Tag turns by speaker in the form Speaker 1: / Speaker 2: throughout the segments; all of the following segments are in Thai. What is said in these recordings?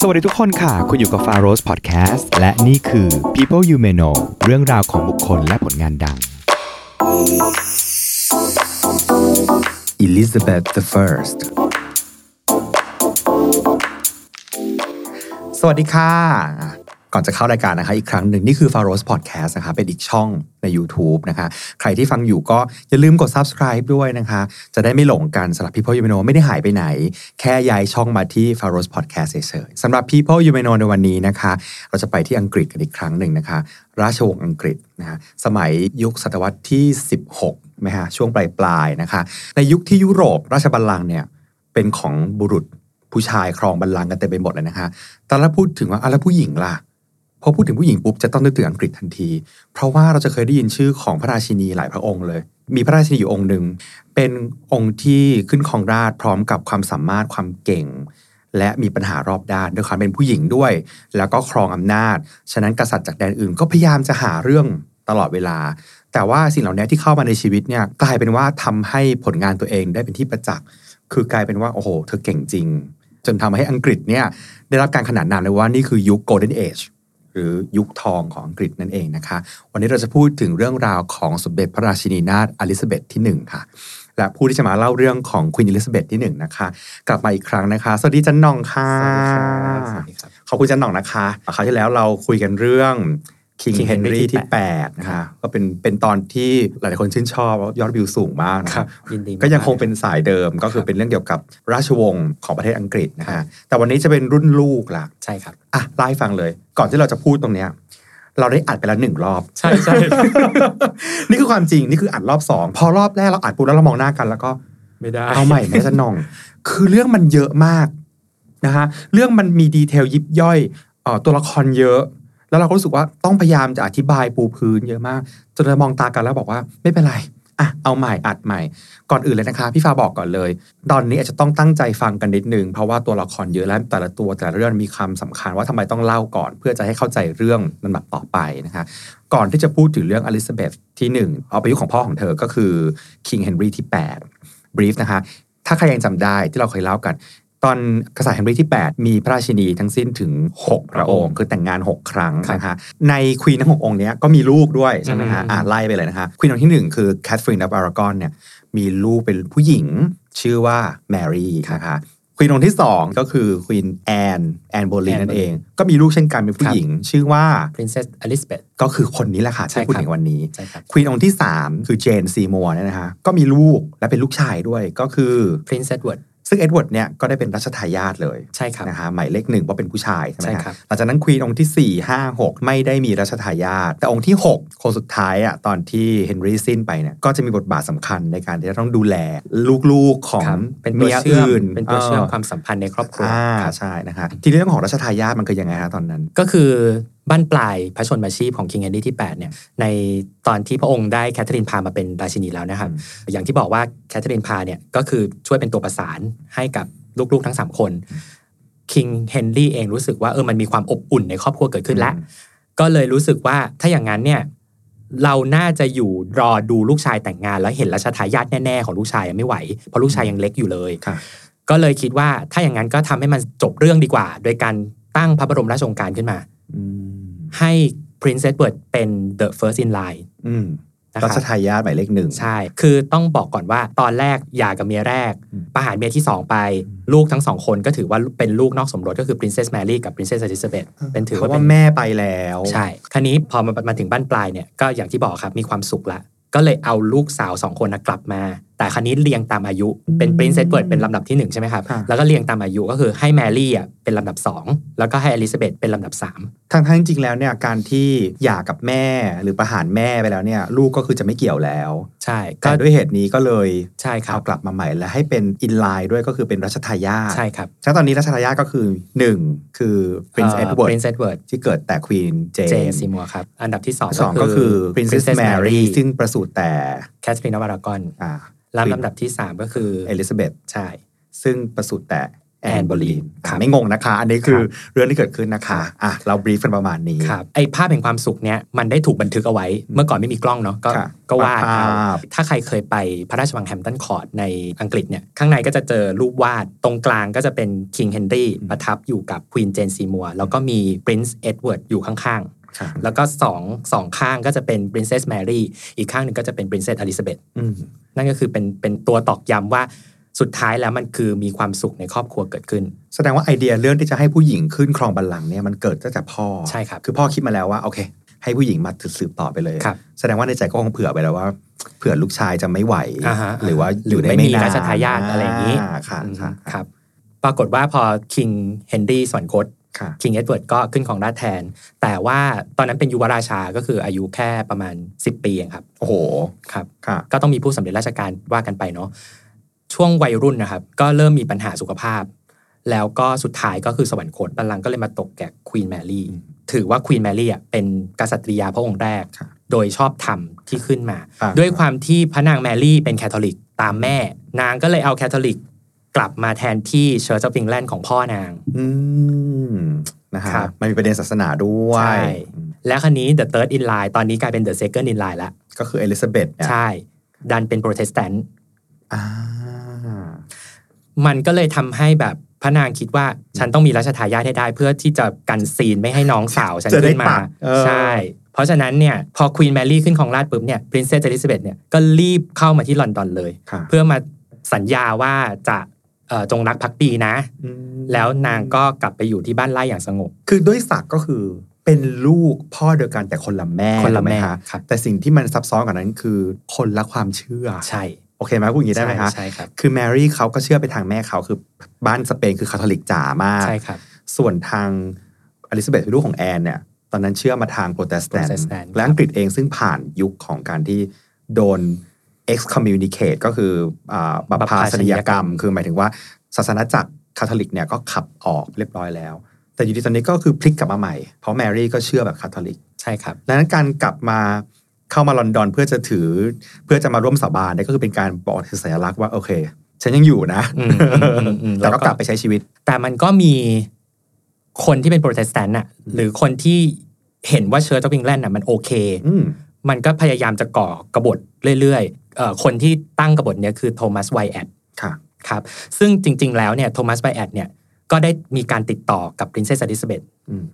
Speaker 1: สวัสดีทุกคนค่ะ คุณอยู่กับ f a r o s Podcast และนี่คือ People You May Know เรื่องราวของบุคคลและผลงานดัง
Speaker 2: Elizabeth the First สวัสดีค่ะ ก่อนจะเข้ารายการนะคะ อีกครั้งหนึ่ง นี่คือ f a r o s Podcast นะคะ เป็นอีกช่องใน YouTube นะคะ ใครที่ฟังอยู่ก็อย่าลืมกด subscribe ด้วยนะคะ จะได้ไม่หลงกันสำหรับ People You May Know ไม่ได้หายไปไหน แค่ย้ายช่องมาที่ f a r o s Podcast เฉยๆสำหรับ People You May Know ในวันนี้นะคะ เราจะไปที่อังกฤษกันอีกครั้งหนึ่งนะคะ ราชวงศ์อังกฤษนะคะสมัยยุคศตวรรษที่ 16ไหมฮะช่วงปลายปลายๆนะคะ ในยุคที่ยุโรปราชบัลลังก์เนี่ยเป็นของบุรุษผู้ชายครองบัลลังก์กันเต็มไปหมดเลยนะคะ แต่ถ้าพูดถึงว่าอ่ะแล้วผู้หญิงล่ะ พอพูดถึงผู้หญิงปุ๊บจะต้องนึกถึงอังกฤษทันที เพราะว่าเราจะเคยได้ยินชื่อของพระราชินีหลายพระองค์เลย มีพระราชินีอยู่องค์หนึ่ง เป็นองค์ที่ขึ้นครองราชย์พร้อมกับความสามารถความเก่ง และมีปัญหารอบด้านด้วยความเป็นผู้หญิงด้วย แล้วก็ครองอำนาจ ฉะนั้นกษัตริย์จากแดนอื่นก็พยายามจะหาเรื่องตลอดเวลา แต่ว่าสิ่งเหล่านี้ที่เข้ามาในชีวิตเนี่ยกลายเป็นว่าทำให้ผลงานตัวเองได้เป็นที่ประจักษ์ คือกลายเป็นว่า โอ้โห เธอเก่งจริง จนทำให้อังกฤษเนี่ยได้รับการขนานนามเลยว่านี่คือยุค Golden Age หรือยุคทองของอังกฤษนั่นเองนะคะ วันนี้เราจะพูดถึงเรื่องราวของสมเด็จพระราชินีนาถอลิซาเบธที่หนึ่งค่ะ และผู้ที่จะมาเล่าเรื่องของค e ีนอลิซาเบธที่หนึ่งนะคะ กลับมาอีกครั้งนะคะ สวัสดีจันน่องค่ะ ขอบคุณจันหน่องนะคะ คราวที่แล้วเราคุยกันเรื่อง King
Speaker 3: King Henry
Speaker 2: Henry
Speaker 3: ที่
Speaker 2: ที่8นะคะ ก็เป็นเป็นตอนที่หลายๆคนชื่นชอบยอดวิวสูงมากนะ
Speaker 3: ครั
Speaker 2: คะ
Speaker 3: บยินดีมา
Speaker 2: ก็ยังคงเป็นสายเดิมก็คือเป็นเรื่องเกี่ยวกับราชวงศ์ของประเทศอังกฤษนะคะ แต่วันนี้จะเป็นรุ่นลูกล่ะ
Speaker 3: ใช่ครับ
Speaker 2: อ่ะไล่าให้ฟังเลย ก่อนที่เราจะพูดตรงเนี้ย เราได้อัดไปแล้วหนึ่งรอบ
Speaker 3: ใช่ใช่
Speaker 2: นี่คือความจริง นี่คืออัดรอบสองพอรอบแรกเราอัดปุ๊บแล้วเรามองหน้ากันแล้วก็
Speaker 3: ไม่ได้
Speaker 2: เอาใหม่ไหมจะนอง คือเรื่องมันเยอะมากนะฮะ เรื่องมันมีดีเทลยิบย่อยเออตัวละครเยอะ แล้วเราก็รู้สึกว่าต้องพยายามจะอธิบายปูพื้นเยอะมาก จนเรามองตากันแล้วบอกว่าไม่เป็นไร อ่ะ เอาใหม่อัดใหม่ ก่อนอื่นเลยนะคะ พี่ฟ้าบอกก่อนเลย ตอนนี้อาจจะต้องตั้งใจฟังกันนิดนึง เพราะว่าตัวละครเยอะแล้วแต่ละตัวแต่ละเรื่องมีคำสำคัญว่าทำไมต้องเล่าก่อน เพื่อจะให้เข้าใจเรื่องลำดับต่อไปนะคะ ก่อนที่จะพูดถึงเรื่องอลิซาเบธที่หนึ่งเอาไปยุคของพ่อของเธอก็คือคิงเฮนรีที่ 8 brief นะคะ ถ้าใครยังจำได้ที่เราเคยเล่ากัน ตอนกษัตริย์เฮนรีที่ 8 มีพระราชินีทั้งสิ้นถึง 6 พระองค์ คือแต่งงาน 6 ครั้งนะคะในควีนทั้ง 6 องค์เนี้ยก็มีลูกด้วยใช่ไหมฮะอ่าไล่ไปเลยนะคะควีนองค์ที่ 1 คือแคทฟรีนดับอารากอนเนี่ยมีลูกเป็นผู้หญิงชื่อว่าแมรี่นะคะควีนองค์ที่ 2 ก็คือควีนแอนแอนโบลีน
Speaker 3: Anne
Speaker 2: นั่น
Speaker 3: Boleyn
Speaker 2: เอง ก็มีลูกเช่นกันเป็นผู้หญิง ชื่อว่า
Speaker 3: Princess Elizabeth
Speaker 2: ก็คือคนนี้แหละค่ะ
Speaker 3: ใช่
Speaker 2: ที่
Speaker 3: ครับ
Speaker 2: พูดถึงวันนี้
Speaker 3: ใช่ครับ
Speaker 2: ควีนองค์ที่ 3 คือเจนซีมัวเนี่ยนะคะก็มีลูกและเป็นลูกชายด้วยก็คือ
Speaker 3: Prince Edward
Speaker 2: ซึ่งเอ็ดเวิร์ดเนี่ยก็ได้เป็นรัชทายาทเลย
Speaker 3: ใช่ครับ
Speaker 2: นะคะหมายเลขหนึ่งเพราะเป็นผู้ชายใช่ไหม
Speaker 3: ใช่
Speaker 2: ฮะ
Speaker 3: ครับ
Speaker 2: หลังจากนั้นควีนองค์ที่ 4 5 6 ไม่ได้มีรัชทายาทแต่องค์ที่ 6 คนสุดท้ายอ่ะตอนที่เฮนรี่สิ้นไปเนี่ยก็จะมีบทบาทสำคัญในการที่จะต้องดูแลลูกๆของ
Speaker 3: ครับเป็นตัว
Speaker 2: เมีย
Speaker 3: เชื่อม
Speaker 2: อื่น
Speaker 3: เป็นตัวเชื่อม
Speaker 2: อ
Speaker 3: ความสัมพันธ์ในครอบครัว
Speaker 2: อ่า
Speaker 3: ครับ
Speaker 2: ใช่นะคะทีนี้เรื่องของรัชทายาทมันคือยังไงฮะตอนนั้น
Speaker 3: ก็คือบ้านปลายพระชนมาชีพของ King Henry ที่ 8 เนี่ย ในตอนที่พระองค์ได้แคทเธอรีนพามาเป็นราชินีแล้วนะครับ
Speaker 2: อื
Speaker 3: อย่างที่บอกว่าแคทเธอรีนพาเนี่ย ก็คือช่วยเป็นตัวประสานให้กับลูกๆทั้ง 3 คน King Henry เองรู้สึกว่าเออมันมีความอบอุ่นในครอบครัวเกิดขึ้นแล้ว ก็เลยรู้สึกว่าถ้าอย่างนั้นเนี่ยเราน่าจะอยู่รอดูลูกชายแต่งงาน แล้วเห็นราชทายาทแน่ๆของลูกชายไม่ไหว เพราะลูกชายยังเล็กอยู่เลย
Speaker 2: ค่ะ
Speaker 3: ก็เลยคิดว่าถ้าอย่างนั้นก็ทำให้มันจบเรื่องดีกว่า โดยการตั้งพระบรมราชโองการขึ้นมา
Speaker 2: อืม
Speaker 3: ให้ Prince Edward เป็น the first in line
Speaker 2: อืม
Speaker 3: นะ
Speaker 2: รั
Speaker 3: ค
Speaker 2: ช
Speaker 3: รับ
Speaker 2: ทายาทหมายเลขหนึ่ง
Speaker 3: ใช่ คือต้องบอกก่อนว่าตอนแรกหย่ากับเมียแรก
Speaker 2: อืม
Speaker 3: ประหารเมียที่ 2 ไป ลูกทั้งสองคนก็ถือว่าเป็นลูกนอกสมรสก็คือ Princess Mary กับ Princess Elizabeth เป็นถือ
Speaker 2: เพ
Speaker 3: ว่า
Speaker 2: ราะ
Speaker 3: เป็
Speaker 2: ว่าน แม่ไปแล้ว
Speaker 3: ใช่ คราวนี้พอมามาถึงบ้านปลายเนี่ยก็อย่างที่บอกครับมีความสุขละ ก็เลยเอาลูกสาวสองคนนะกลับมา แต่คราวนี้เรียงตามอายุเป็นปรินเซสเปิดเป็นลำดับที่หนึ่งใช่ไหมครับ
Speaker 2: ค่ะ
Speaker 3: แล้วก็เรียงตามอายุก็คือให้แมรี่อ่ะเป็นลำดับสองแล้วก็ให้อลิซาเบธเป็นลำดับสาม
Speaker 2: ทางทั้งจริงๆแล้วเนี่ยการที่หย่ากับแม่หรือประหารแม่ไปแล้วเนี่ย ลูกก็คือจะไม่เกี่ยวแล้ว
Speaker 3: ใช่ก็
Speaker 2: ก็ด้วยเหตุนี้ก็เลย
Speaker 3: ใช่ครั
Speaker 2: เอา
Speaker 3: บ
Speaker 2: กลับมาใหม่และให้เป็นอินไลน์ด้วยก็คือเป็นรัชทายาท
Speaker 3: ใช่ครับ
Speaker 2: ฉะนั้นตอนนี้รัชทายาทก็คือ 1 คือ Prince Edward
Speaker 3: ปรินเซสเวิร์ด
Speaker 2: ที่เกิดแต่ Queen
Speaker 3: เจ
Speaker 2: Jane
Speaker 3: ซีมัวครับอันดับที่สอง
Speaker 2: สองก็คือ Princess Mary ซึ่งประสูติแต่
Speaker 3: แคทเธอรีนอวารากอน
Speaker 2: อ่า
Speaker 3: แล้ว
Speaker 2: Queen
Speaker 3: ลำดับที่สามก็คือ
Speaker 2: Elizabeth
Speaker 3: ใช่
Speaker 2: ซึ่งประสูติแต่ แอนบอลีน
Speaker 3: ครับ
Speaker 2: ไม่งงนะคะ อันนี้คือเรื่องที่เกิดขึ้นนะคะอ่ะเราบรีฟกันประมาณนี้
Speaker 3: ครับไอภาพแห่งความสุขเนี่ยมันได้ถูกบันทึกเอาไว้ เมื่อก่อนไม่มีกล้องเนาะก็
Speaker 2: ครับ
Speaker 3: ก็วาด
Speaker 2: ภ
Speaker 3: เอา
Speaker 2: าพ
Speaker 3: ถ้าใครเคยไปพระราชวังแฮมป์ตันคอร์ตในอังกฤษเนี่ยข้างในก็จะเจอรูปวาดตรงกลางก็จะเป็นคิงเฮนรี่ประทับอยู่กับควีนเจนซีมัวแล้วก็มีปรินซ์เอ็ดเวิร์ดอยู่ข้าง
Speaker 2: ค่ะ
Speaker 3: ๆ แล้วก็สองสองข้างก็จะเป็นปรินเซสแมรี่อีกข้างหนึ่งก็จะเป็นปรินเซสอลิซาเบธ
Speaker 2: อืม
Speaker 3: นั่นก็คือเป็นเป็นตัวตอกย้ำว่าสุดท้ายแล้วมันคือมีความสุขในครอบครัวเกิดขึ้น
Speaker 2: แสดงว่าไอเดียเรื่องที่จะให้ผู้หญิงขึ้นครองบัลลังก์เนี่ยมันเกิดตั้งแต่พ่อ
Speaker 3: ใช่ครับ
Speaker 2: คือพ่อคิดมาแล้วว่าโอเค ให้ผู้หญิงมาสืบต่อไปเลย
Speaker 3: ครับ
Speaker 2: แสดงว่าในใจก็คงเผื่อไปแล้วว่า เผื่อลูกชายจะไม่ไหว
Speaker 3: อ่าฮะ
Speaker 2: หรือว่า
Speaker 3: ห
Speaker 2: อ
Speaker 3: รื
Speaker 2: ยู่
Speaker 3: อ
Speaker 2: ได้
Speaker 3: ไม่มี
Speaker 2: นน
Speaker 3: ราชทายาทอะไรอย่างนี้
Speaker 2: ค่ะ
Speaker 3: อืม
Speaker 2: ค่ะ
Speaker 3: ครับ ปรากฏว่าพอคิงเฮนรี่สวรรคต
Speaker 2: ค่ะ
Speaker 3: คิงเอ็ดเวิร์ดก็ขึ้นของราชย์แทน แต่ว่าตอนนั้นเป็นยุวราชาก็คืออายุแค่ประมาณ 10 ปีเองครับ
Speaker 2: โอ้โห
Speaker 3: ครับ
Speaker 2: ค่ะ
Speaker 3: ก็ต้องมีผู้สำเร็จราชการว่ากันไปเนาะช่วงวัยรุ่นนะครับ ก็เริ่มมีปัญหาสุขภาพ แล้วก็สุดท้ายก็คือสวรรคตบัลลังก์ก็เลยมาตกแก่ควีนแมรี่
Speaker 2: อืม
Speaker 3: ถือว่าควีนแมรี่อ่ะเป็นกษัตริยาพระองค์แรก
Speaker 2: ครับ
Speaker 3: โดยชอบธรรมที่ขึ้นมา
Speaker 2: อ่า
Speaker 3: ด้วยความที่พระนางแมรี่เป็นแคทอลิกตามแม่ นางก็เลยเอาแคทอลิกกลับมาแทนที่เชอร์จฟิงแลนด์ของพ่อนาง
Speaker 2: อืมนะฮะ
Speaker 3: ครับ
Speaker 2: มันมีประเด็นศาสนาด้วย
Speaker 3: และคันนี้ The Third in Line ตอนนี้กลายเป็น The Second in Line แล้ว
Speaker 2: ก็คือเอลิซาเบธเนี่ย
Speaker 3: ใช่ ดันเป็นโปรเตสแตนต์
Speaker 2: อ่า
Speaker 3: มันก็เลยทำให้แบบพระนางคิดว่าฉันต้องมีรัชทายาทให้ได้เพื่อที่จะกันซีนไม่ให้น้องสาวฉัน
Speaker 2: จะได้
Speaker 3: ขึ้นมา
Speaker 2: ปักเออ
Speaker 3: ใช่ เพราะฉะนั้นเนี่ยพอควีนแมรี่ขึ้นของราชย์ปุ๊บเนี่ยพรินเซสเอลิซาเบธเนี่ยก็รีบเข้ามาที่ลอนดอนเลย
Speaker 2: ค่ะ
Speaker 3: เพื่อมาสัญญาว่าจะเอ่อจงรักภักดีนะ
Speaker 2: อืม
Speaker 3: แล้วนางก็กลับไปอยู่ที่บ้านไร่อย่างสงบ
Speaker 2: คือด้วยศักดิ์ก็คือเป็นลูกพ่อเดียวกันแต่คนละแม่
Speaker 3: คนละแม่
Speaker 2: ถูกไหคะ
Speaker 3: ครับ
Speaker 2: แต่สิ่งที่มันซับซ้อนกว่านั้นคือคนละความเชื่อ
Speaker 3: ใช่
Speaker 2: โอเคไหมพูดอย่างนี้ได้ไหมคะ
Speaker 3: ใช่ครับ
Speaker 2: คือแมรี่เขาก็เชื่อไปทางแม่เขาคือบ้านสเปนคือคาทอลิกจ๋ามาก
Speaker 3: ใช่ครับ
Speaker 2: ส่วนทางอลิซาเบธลูกของแอนเนี่ย ตอนนั้นเชื่อมาทางโปรเตสแตนต์
Speaker 3: Protestant
Speaker 2: และอังกฤษเองซึ่งผ่านยุคของการที่โดน excommunicate ก็คืออาบัพพาสนียกรรม คือหมายถึงว่าศาสนาจักรคาทอลิกเนี่ยก็ขับออกเรียบร้อยแล้ว แต่อยู่ดีตอนนี้ก็คือพลิกกลับมาใหม่ เพราะแมรี่ก็เชื่อแบบคาทอลิก
Speaker 3: ใช่ครับ
Speaker 2: ดังนั้นการกลับมาเข้ามาลอนดอนเพื่อจะถือเพื่อจะมาร่วมสาบานเนี่ยก็คือเป็นการบอกถึงสัญลักษณ์ว่าโอเค ฉันยังอยู่นะ
Speaker 3: อืมอืมอืมอืม
Speaker 2: แต่ก็กลับไปใช้ชีวิต
Speaker 3: แต่มันก็มีคนที่เป็นโปรเตสแตนต์น่ะหรือคนที่เห็นว่าเชอร์จอวิงแลนด์น่ะมันโอเค
Speaker 2: อืม
Speaker 3: มันก็พยายามจะก่อกบฏเรื่อยๆเอ่อคนที่ตั้งกบฏเนี้ยคือโทมัสไวแอด
Speaker 2: ค่ะ
Speaker 3: ครับ ซึ่งจริงๆแล้วเนี่ยโทมัสไวแอดเนี่ยก็ได้มีการติดต่อกับพรินเซสอลิซาเบธ
Speaker 2: อืม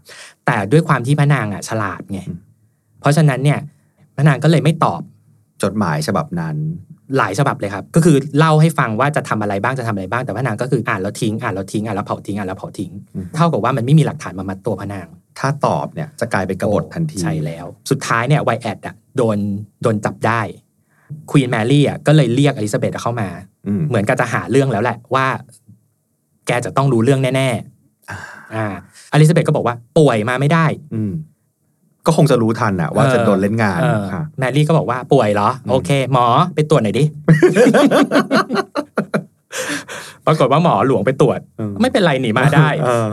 Speaker 3: แต่ด้วยความที่พระนางอ่ะฉลาดไง
Speaker 2: อืม
Speaker 3: เพราะฉะนั้นเนี่ยพระนางก็เลยไม่ตอบ
Speaker 2: จดหมายฉบับนั้น
Speaker 3: หลายฉบับเลยครับ ก็คือเล่าให้ฟังว่าจะทำอะไรบ้างจะทำอะไรบ้างแต่พระนางก็คืออ่านแล้วทิ้งอ่านแล้วทิ้งอ่านแล้วเผาทิ้งอ่านแล้วเผาทิ้ง
Speaker 2: อืม
Speaker 3: เท่ากับว่ามันไม่มีหลักฐานมามัดตัวพระนาง
Speaker 2: ถ้าตอบเนี่ยจะกลายเป็นกบฏทันที
Speaker 3: ใช่แล้ว สุดท้ายเนี่ยไวแอดอ่ะโดนโดนจับได้ควีนแมรี่อ่ะก็เลยเรียกอลิซาเบธเข้ามา
Speaker 2: อืม
Speaker 3: เหมือนกับจะหาเรื่องแล้วแหละว่า แกจะต้องรู้เรื่องแน่ๆอ่าอลิซาเบธก็บอกว่าป่วยมาไม่ได้
Speaker 2: อืมก็คงจะรู้ทันอะว่า
Speaker 3: เออ
Speaker 2: จะโดนเล่นงาน
Speaker 3: เออ
Speaker 2: ค่ะ
Speaker 3: แมรี่ก็บอกว่าป่วยเหรอ
Speaker 2: อืม
Speaker 3: โอเค หมอไปตรวจ หน่อยดิ ปรากฏว่าหมอหลวงไปตรวจ
Speaker 2: อื
Speaker 3: ไม่เป็นไรหนีมาได้
Speaker 2: เอ อ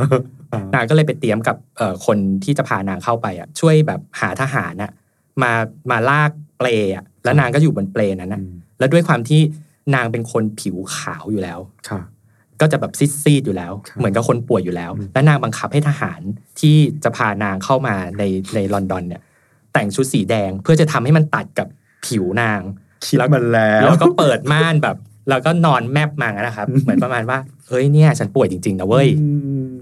Speaker 3: นางก็เลยไปเตรียมกับเอ่อคนที่จะพานางเข้าไปอ่ะช่วยแบบหาทหารน่ะมามาลากเปลอ่ะแล้วนางก็อยู่บนเปลนั้นนะแล้วด้วยความที่นางเป็นคนผิวขาวอยู่แล้ว
Speaker 2: ค่ะ
Speaker 3: ก็จะแบบซีดๆอยู่แล้ว
Speaker 2: ครับ
Speaker 3: เหมือนกับคนป่วยอยู่แล้ว
Speaker 2: อืม
Speaker 3: และนางบังคับให้ทหารที่จะพานางเข้ามาในในลอนดอนเนี่ย แต่งชุดสีแดงเพื่อจะทำให้มันตัดกับผิวนาง
Speaker 2: คิดมันแล้ว
Speaker 3: แล้วก็เปิดม่านแบบ แล้วก็นอนแมปมางั้นนะครับ เหมือนประมาณว่าเอ้ยเนี่ย ฉันป่วยจริงๆนะเว้ย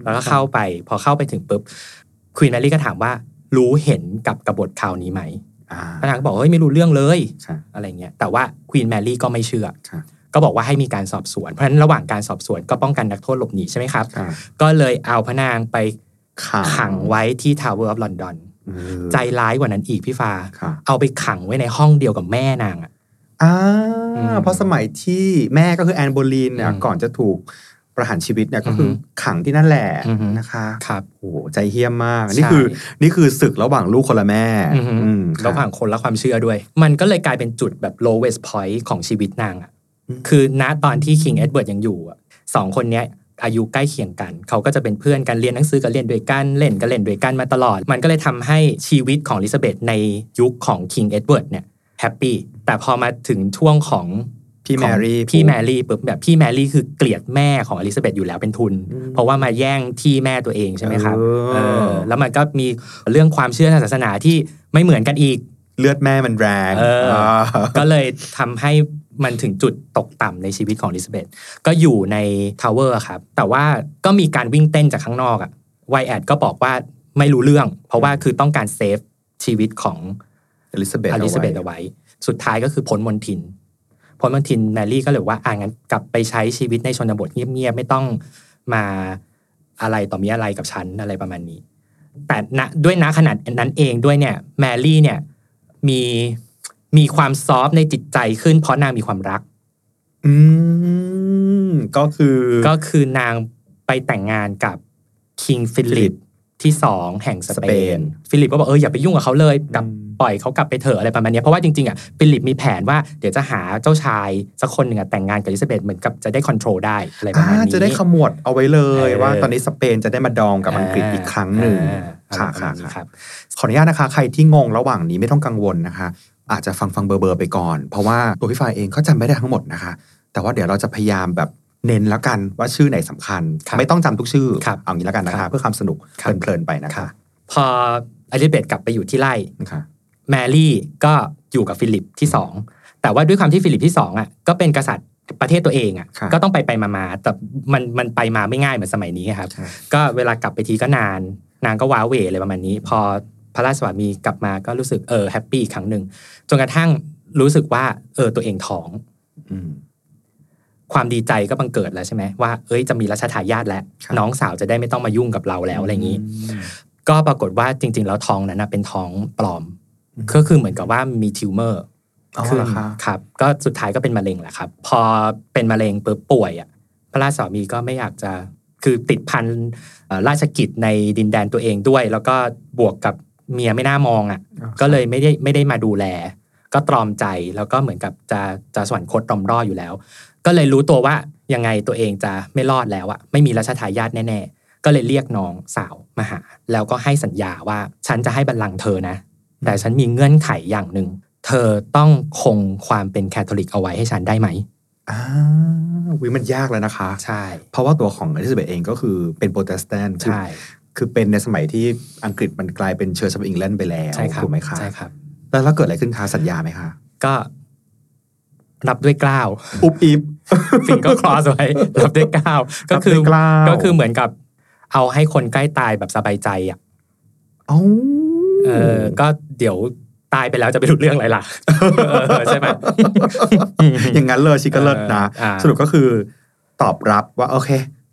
Speaker 3: แล้วก็เข้าไปพอเข้าไปถึงปุ๊บควีนแมรี่ก็ถามว่ารู้เห็นกับกบฏข่าวนี้ไหม
Speaker 2: อ่า
Speaker 3: พระนางก็บอกเฮ้ยไม่รู้เรื่องเลย
Speaker 2: ค่ะ
Speaker 3: อะไรเงี้ยแต่ว่าควีนแมรี่ก็ไม่เชื่อ
Speaker 2: ค่ะ
Speaker 3: ก็บอกว่าให้มีการสอบสวน เพราะฉะนั้นระหว่างการสอบสวนก็ป้องกันนักโทษหลบหนีใช่ไหมครับ
Speaker 2: ค่ะ
Speaker 3: ก็เลยเอาพระนางไป
Speaker 2: ขัง
Speaker 3: ขังไว้ที่ทาวเวอร์ออฟลอนดอน
Speaker 2: เออ
Speaker 3: ใจร้ายกว่านั้นอีกพี่ฟ้า
Speaker 2: ค่ะ
Speaker 3: เอาไปขังไว้ในห้องเดียวกับแม่นางอะ
Speaker 2: อ่า
Speaker 3: อืม
Speaker 2: เพราะสมัยที่แม่ก็คือแอนโบลีนเนี่ย
Speaker 3: อืม
Speaker 2: ก่อนจะถูกประหารชีวิตเนี่ยก็คืออ
Speaker 3: อฮึ
Speaker 2: ขังที่นั่นแหละ
Speaker 3: อือฮึ
Speaker 2: นะคะ
Speaker 3: ครับ
Speaker 2: โอ้โหใจเฮี้ยมมาก
Speaker 3: ใช่
Speaker 2: นี่คือนี่คือศึกระหว่างลูกคนละแม่
Speaker 3: อือฮึ
Speaker 2: อืม
Speaker 3: ระหว่างคนและความเชื่อด้วย มันก็เลยกลายเป็นจุดแบบ lowest point ของชีวิตนางอะ
Speaker 2: คือ
Speaker 3: คือณตอนที่คิงเอ็ดเวิร์ดยังอยู่อะสองคนเนี้ยอายุใกล้เคียงกัน เขาก็จะเป็นเพื่อนกันเรียนหนังสือกันเรียนด้วยกันเล่นกันเล่นด้วยกันมาตลอด มันก็เลยทำให้ชีวิตของลิซาเบธในยุคของคิงเอ็ดเวิร์ดเนี่ยแฮปปี้แต่พอมาถึงช่วงของ
Speaker 2: พี่
Speaker 3: ข
Speaker 2: แม
Speaker 3: อง
Speaker 2: รี่
Speaker 3: พี่
Speaker 2: ปุ๊บ
Speaker 3: แมรี่ปุ๊บแบบพี่แมรี่คือเกลียดแม่ของอลิซาเบธอยู่แล้วเป็นทุน
Speaker 2: อืม
Speaker 3: เพราะว่ามาแย่งที่แม่ตัวเองใช่ไหมครับ
Speaker 2: เออ
Speaker 3: เออแล้วมันก็มีเรื่องความเชื่อทางศาสนาที่ไม่เหมือนกันอีก
Speaker 2: เลือดแม่มันแรง
Speaker 3: เออ
Speaker 2: า
Speaker 3: ก็เลยทำให้มันถึงจุดตกต่ำในชีวิตของอลิซาเบธก็อยู่ในทาวเวอร์ครับ แต่ว่าก็มีการวิ่งเต้นจากข้างนอกอะไวแอดก็บอกว่าไม่รู้เรื่อง เพราะว่าคือต้องการเซฟชีวิตของ
Speaker 2: อลิซาเบธ
Speaker 3: อลิซาเบธเอา
Speaker 2: ไว้
Speaker 3: ไว้ สุดท้ายก็คือพ้นมนทิน พ้นมนทินแมรี่ก็เลยบอกว่าอ่างั้นกลับไปใช้ชีวิตในชนบทเงียบๆ ไม่ต้องมาอะไรต่อมีอะไรกับฉันอะไรประมาณนี้ แต่ณด้วยณขนาดนั้นเองด้วยเนี่ยแมรี่เนี่ยมีมีความซอฟต์ในจิตใจขึ้นเพราะนางมีความรัก
Speaker 2: อืมก็คือ
Speaker 3: ก็คือนางไปแต่งงานกับคิงฟิลิปที่สองแห่งสเปน ฟิลิปก็บอกเอออย่าไปยุ่งกับเขาเลยกลับ ปล่อยเขากลับไปเถอะอะไรประมาณเนี้ยเพราะว่าจริงๆอ่ะฟิลิปมีแผนว่าเดี๋ยวจะหาเจ้าชายสักคนหนึ่งอ่ะแต่งงานกับอลิซาเบธเหมือนกับจะได้คอนโทรลได้อะไรประมาณ
Speaker 2: อ่า
Speaker 3: นี้
Speaker 2: จะได้ขมวดเอาไว้เลย
Speaker 3: เออ
Speaker 2: ว่าตอนนี้สเปนจะได้มาดองกับอังกฤษอีกครั้งหนึ่ง
Speaker 3: อ่า
Speaker 2: ค่ะ
Speaker 3: อะไรปรมาณนี้
Speaker 2: ค่ะ
Speaker 3: ครับ
Speaker 2: ขออนุญาตนะคะ ใครที่งงระหว่างนี้ไม่ต้องกังวลนะคะ อาจจะฟังฟังเบอร์เบอร์ไปก่อน เพราะว่าตัวพี่ฟายเองก็จำไม่ได้ทั้งหมดนะคะ แต่ว่าเดี๋ยวเราจะพยายามแบบเน้นแล้วกันว่าชื่อไหนสำคัญ
Speaker 3: ครับ
Speaker 2: ไม่ต้องจำทุกชื่อ
Speaker 3: ครับ
Speaker 2: เอางี้แล้วกันนะ
Speaker 3: ครั
Speaker 2: คะ
Speaker 3: บ
Speaker 2: เพื่อความสนุก
Speaker 3: ครับ
Speaker 2: เพลินๆไปนะคะ
Speaker 3: พออลิซาเบธกลับไปอยู่ที่ไร่
Speaker 2: นะคะ
Speaker 3: แมรี่ก็อยู่กับฟิลิปที่สองแต่ว่าด้วยความที่ฟิลิปที่สองอ่ะก็เป็นกษัตริย์ประเทศตัวเองอ่ะก็ต้องไปไปๆมาๆแต่มันมันไปมาไม่ง่ายเหมือนสมัยนี้ครับ ก็เวลากลับไปทีก็นาน นางก็ว้าเหวอะไรประมาณนี้ พอพระราชสวามีกลับมาก็รู้สึกเออแฮปปี้อีกครั้งหนึ่งจนกระทั่งรู้สึกว่าเออตัวเองท้อง
Speaker 2: อืม
Speaker 3: ความดีใจก็บังเกิดแล้วใช่ไหมว่าเอ้ยจะมีรัชทายาทแล้ว
Speaker 2: ครับ
Speaker 3: น้องสาวจะได้ไม่ต้องมายุ่งกับเราแล้วอะไรอย่างนี้ ก็ปรากฏว่าจริง ๆ แล้วท้องนั้นนะเป็นท้องปลอม ก็คือเหมือนกับว่ามีทิวเมอร์
Speaker 2: อ๋อ
Speaker 3: ขึ้น
Speaker 2: เหรอคะ
Speaker 3: ครับก็สุดท้ายก็เป็นมะเร็งแหละครับ พอเป็นมะเร็งปุ๊บป่วยอ่ะพระราชสามีก็ไม่อยากจะคือติดพันเอ่อราชกิจในดินแดนตัวเองด้วย แล้วก็บวกกับเมียไม่น่ามองอ่ะก็เลยไม่ได้ไม่ได้มาดูแล ก็ตรอมใจแล้วก็เหมือนกับจะจะสวรรคตตรอมรอดอยู่แล้ว ก็เลยรู้ตัวว่ายังไงตัวเองจะไม่รอดแล้วอ่ะไม่มีรัชทายาทแน่ๆ ก็เลยเรียกน้องสาวมาหา แล้วก็ให้สัญญาว่าฉันจะให้บัลลังก์เธอนะ แต่ฉันมีเงื่อนไขอย่างหนึ่ง เธอต้องคงความเป็นแคทอลิกเอาไว้ให้ฉันได้ไหม
Speaker 2: อ่าวิมันยากแล้วนะคะ
Speaker 3: ใช่
Speaker 2: เพราะว่าตัวของอลิซาเบธเองก็คือเป็นโปรเตสแตนต์คือ
Speaker 3: ใช่
Speaker 2: คือเป็นในสมัยที่อังกฤษมันกลายเป็นเชอร์ชอังกฤษไปแล้ว
Speaker 3: ใช่ครับ
Speaker 2: ถูกไหมคะ
Speaker 3: ใช่ครับ
Speaker 2: แล้วแล้วเกิดอะไรขึ้นคะสัญญาไหมคะ
Speaker 3: ก็รับด้วยเกล้าว
Speaker 2: อุบอิบ
Speaker 3: ฟิงก็คลอสไว้ รับด้วยเกล้าวก็คือ
Speaker 2: รับด้วยกล้าว
Speaker 3: ก็คือเหมือนกับ เอาให้คนใกล้ตายแบบสบายใจอ่ะ
Speaker 2: เอ้า
Speaker 3: เออก็เดี๋ยวตายไปแล้วจะไปรู้เรื่องอะไรล่ะเออใช่ไหม
Speaker 2: อย่างนั้นเลยชิคก็เลิศนะ
Speaker 3: อ่า
Speaker 2: สรุปก็คือตอบรับว่าโอเค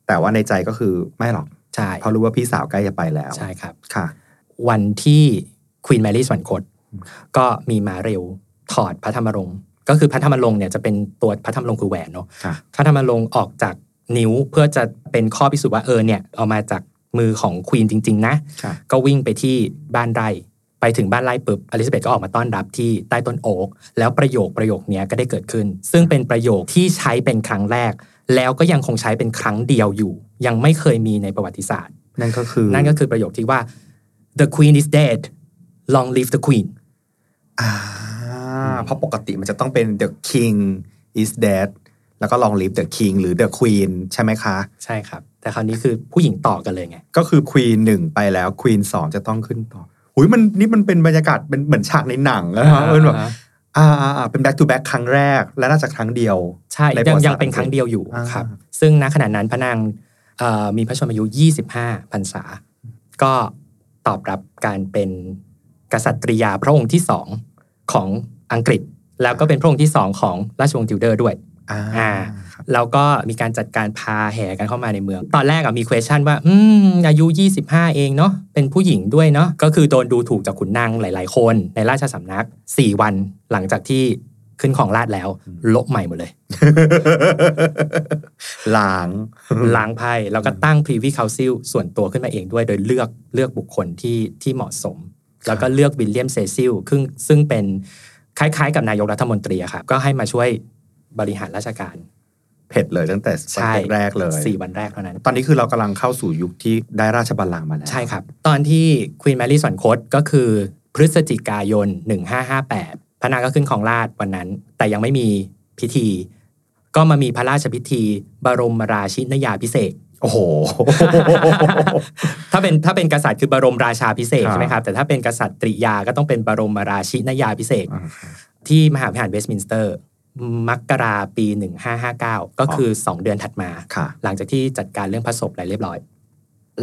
Speaker 2: แต่ว่าในใจก็คือไม่หรอก
Speaker 3: ใช่
Speaker 2: เพราะรู้ว่าพี่สาวใกล้จะไปแล้ว
Speaker 3: ใช่ครับ
Speaker 2: ค่ะ
Speaker 3: วันที่ควีนแมรี่สวรรคต ก็มีมาเร็วถอดพระธรรมรงค์ก็คือพระธรรมรงค์เนี่ยจะเป็นตัวพระธรรมรงค์คือแหวนเนาะ
Speaker 2: ครับ
Speaker 3: พระธรรมรงค์ออกจากนิ้วเพื่อจะเป็นข้อพิสูจน์ว่าเออเนี่ยเอามาจากมือของควีนจริง ๆ นะ
Speaker 2: ค่ะ
Speaker 3: ก็วิ่งไปที่บ้านไร่ ไปถึงบ้านไร่ปุ๊บอลิซาเบธก็ออกมาต้อนรับที่ใต้ต้นโอ๊กแล้วประโยคประโยคเนี้ยก็ได้เกิดขึ้น ซึ่งเป็นประโยคที่ใช้เป็นครั้งแรก แล้วก็ยังคงใช้เป็นครั้งเดียวอยู่ ยังไม่เคยมีในประวัติศาสตร์
Speaker 2: นั่นก็คือ
Speaker 3: นั่นก็คือประโยคที่ว่า the queen is dead long live the queen
Speaker 2: อ่าเพราะปกติมันจะต้องเป็น the king is dead แล้วก็ long live the king หรือ the queen ใช่ไหมคะ
Speaker 3: ใช่ครับ แต่คราวนี้คือผู้หญิงต่อกันเลยไง
Speaker 2: ก็คือควีนหนึ่งไปแล้วควีนสองจะต้องขึ้นต่อหุยมันนี่มันเป็นบรรยากาศเป็นเหมือนฉากในหนังนะฮะเป็นแบบอ่าอ่าอ่าเป็น back to back ครั้งแรก และน่าจะครั้งเดียว
Speaker 3: ใช่
Speaker 2: ในประวัติศา
Speaker 3: ยัง
Speaker 2: สตร์
Speaker 3: ยังเป็นครั้งเดียวอยู่
Speaker 2: อ่า
Speaker 3: ครับ ซึ่งณขณะนั้นพระนางเอ่อมีพระชนมายุ 25พรรษา ก็ตอบรับการเป็นกษัตริยาพระองค์ที่สองของอังกฤษ แล้วก็เป็นพระองค์ที่สองของราชวงศ์ติวเดอร์ด้วย
Speaker 2: อ่า
Speaker 3: อ่า
Speaker 2: ครับ
Speaker 3: แล้วก็มีการจัดการพาแห่กันเข้ามาในเมือง ตอนแรกอะมี question ว่า อืม อายุ 25 เองเนาะ เป็นผู้หญิงด้วยเนาะ ก็คือโดนดูถูกจากขุนนางหลาย ๆ คนในราชสำนัก 4 วันหลังจากที่ขึ้นของราชย์แล้วลบใหม่หมดเลย
Speaker 2: หลาง
Speaker 3: ล้างไพ่แล้วก็ตั้ง privy council ส่วนตัวขึ้นมาเองด้วย โดยเลือกเลือกบุคคลที่ที่เหมาะสม แล้วก็เลือกวิลเลียมเซซิลซึ่งซึ่งเป็นคล้าย ๆ กับนายกรัฐมนตรีอะครับก็ให้มาช่วยบริหารราชการ
Speaker 2: เผ็ดเลยตั้งแต่สเต็ปแรกเลย
Speaker 3: สี่วันแรกเท่านั้น
Speaker 2: ตอนนี้คือเรากำลังเข้าสู่ยุคที่ได้ราชบัลลังก์มาแล้ว
Speaker 3: ใช่ครับ ตอนที่ควีนแมรี่สวรรคตก็คือพฤศจิกายน 1558 พระนางก็ขึ้นของราชย์วันนั้น แต่ยังไม่มีพิธี ก็มามีพระราชพิธี บรมราชินยาพิเศษก
Speaker 2: โอ้โห
Speaker 3: ถ้าเป็นถ้าเป็นกษัตริย์คือบรมราชาพิเศษก
Speaker 2: ครับ
Speaker 3: ใช่ไหมครับ แต่ถ้าเป็นกษัตริยาก็ต้องเป็นบรมราชินยาพิเศษกที่มหาวิหารเวสต์มินสเตอร์ มกราปี 1559 ก็คือ 2 เดือนถัดมา
Speaker 2: ค่ะ
Speaker 3: หลังจากที่จัดการเรื่องพระศพอะไรเรียบร้อย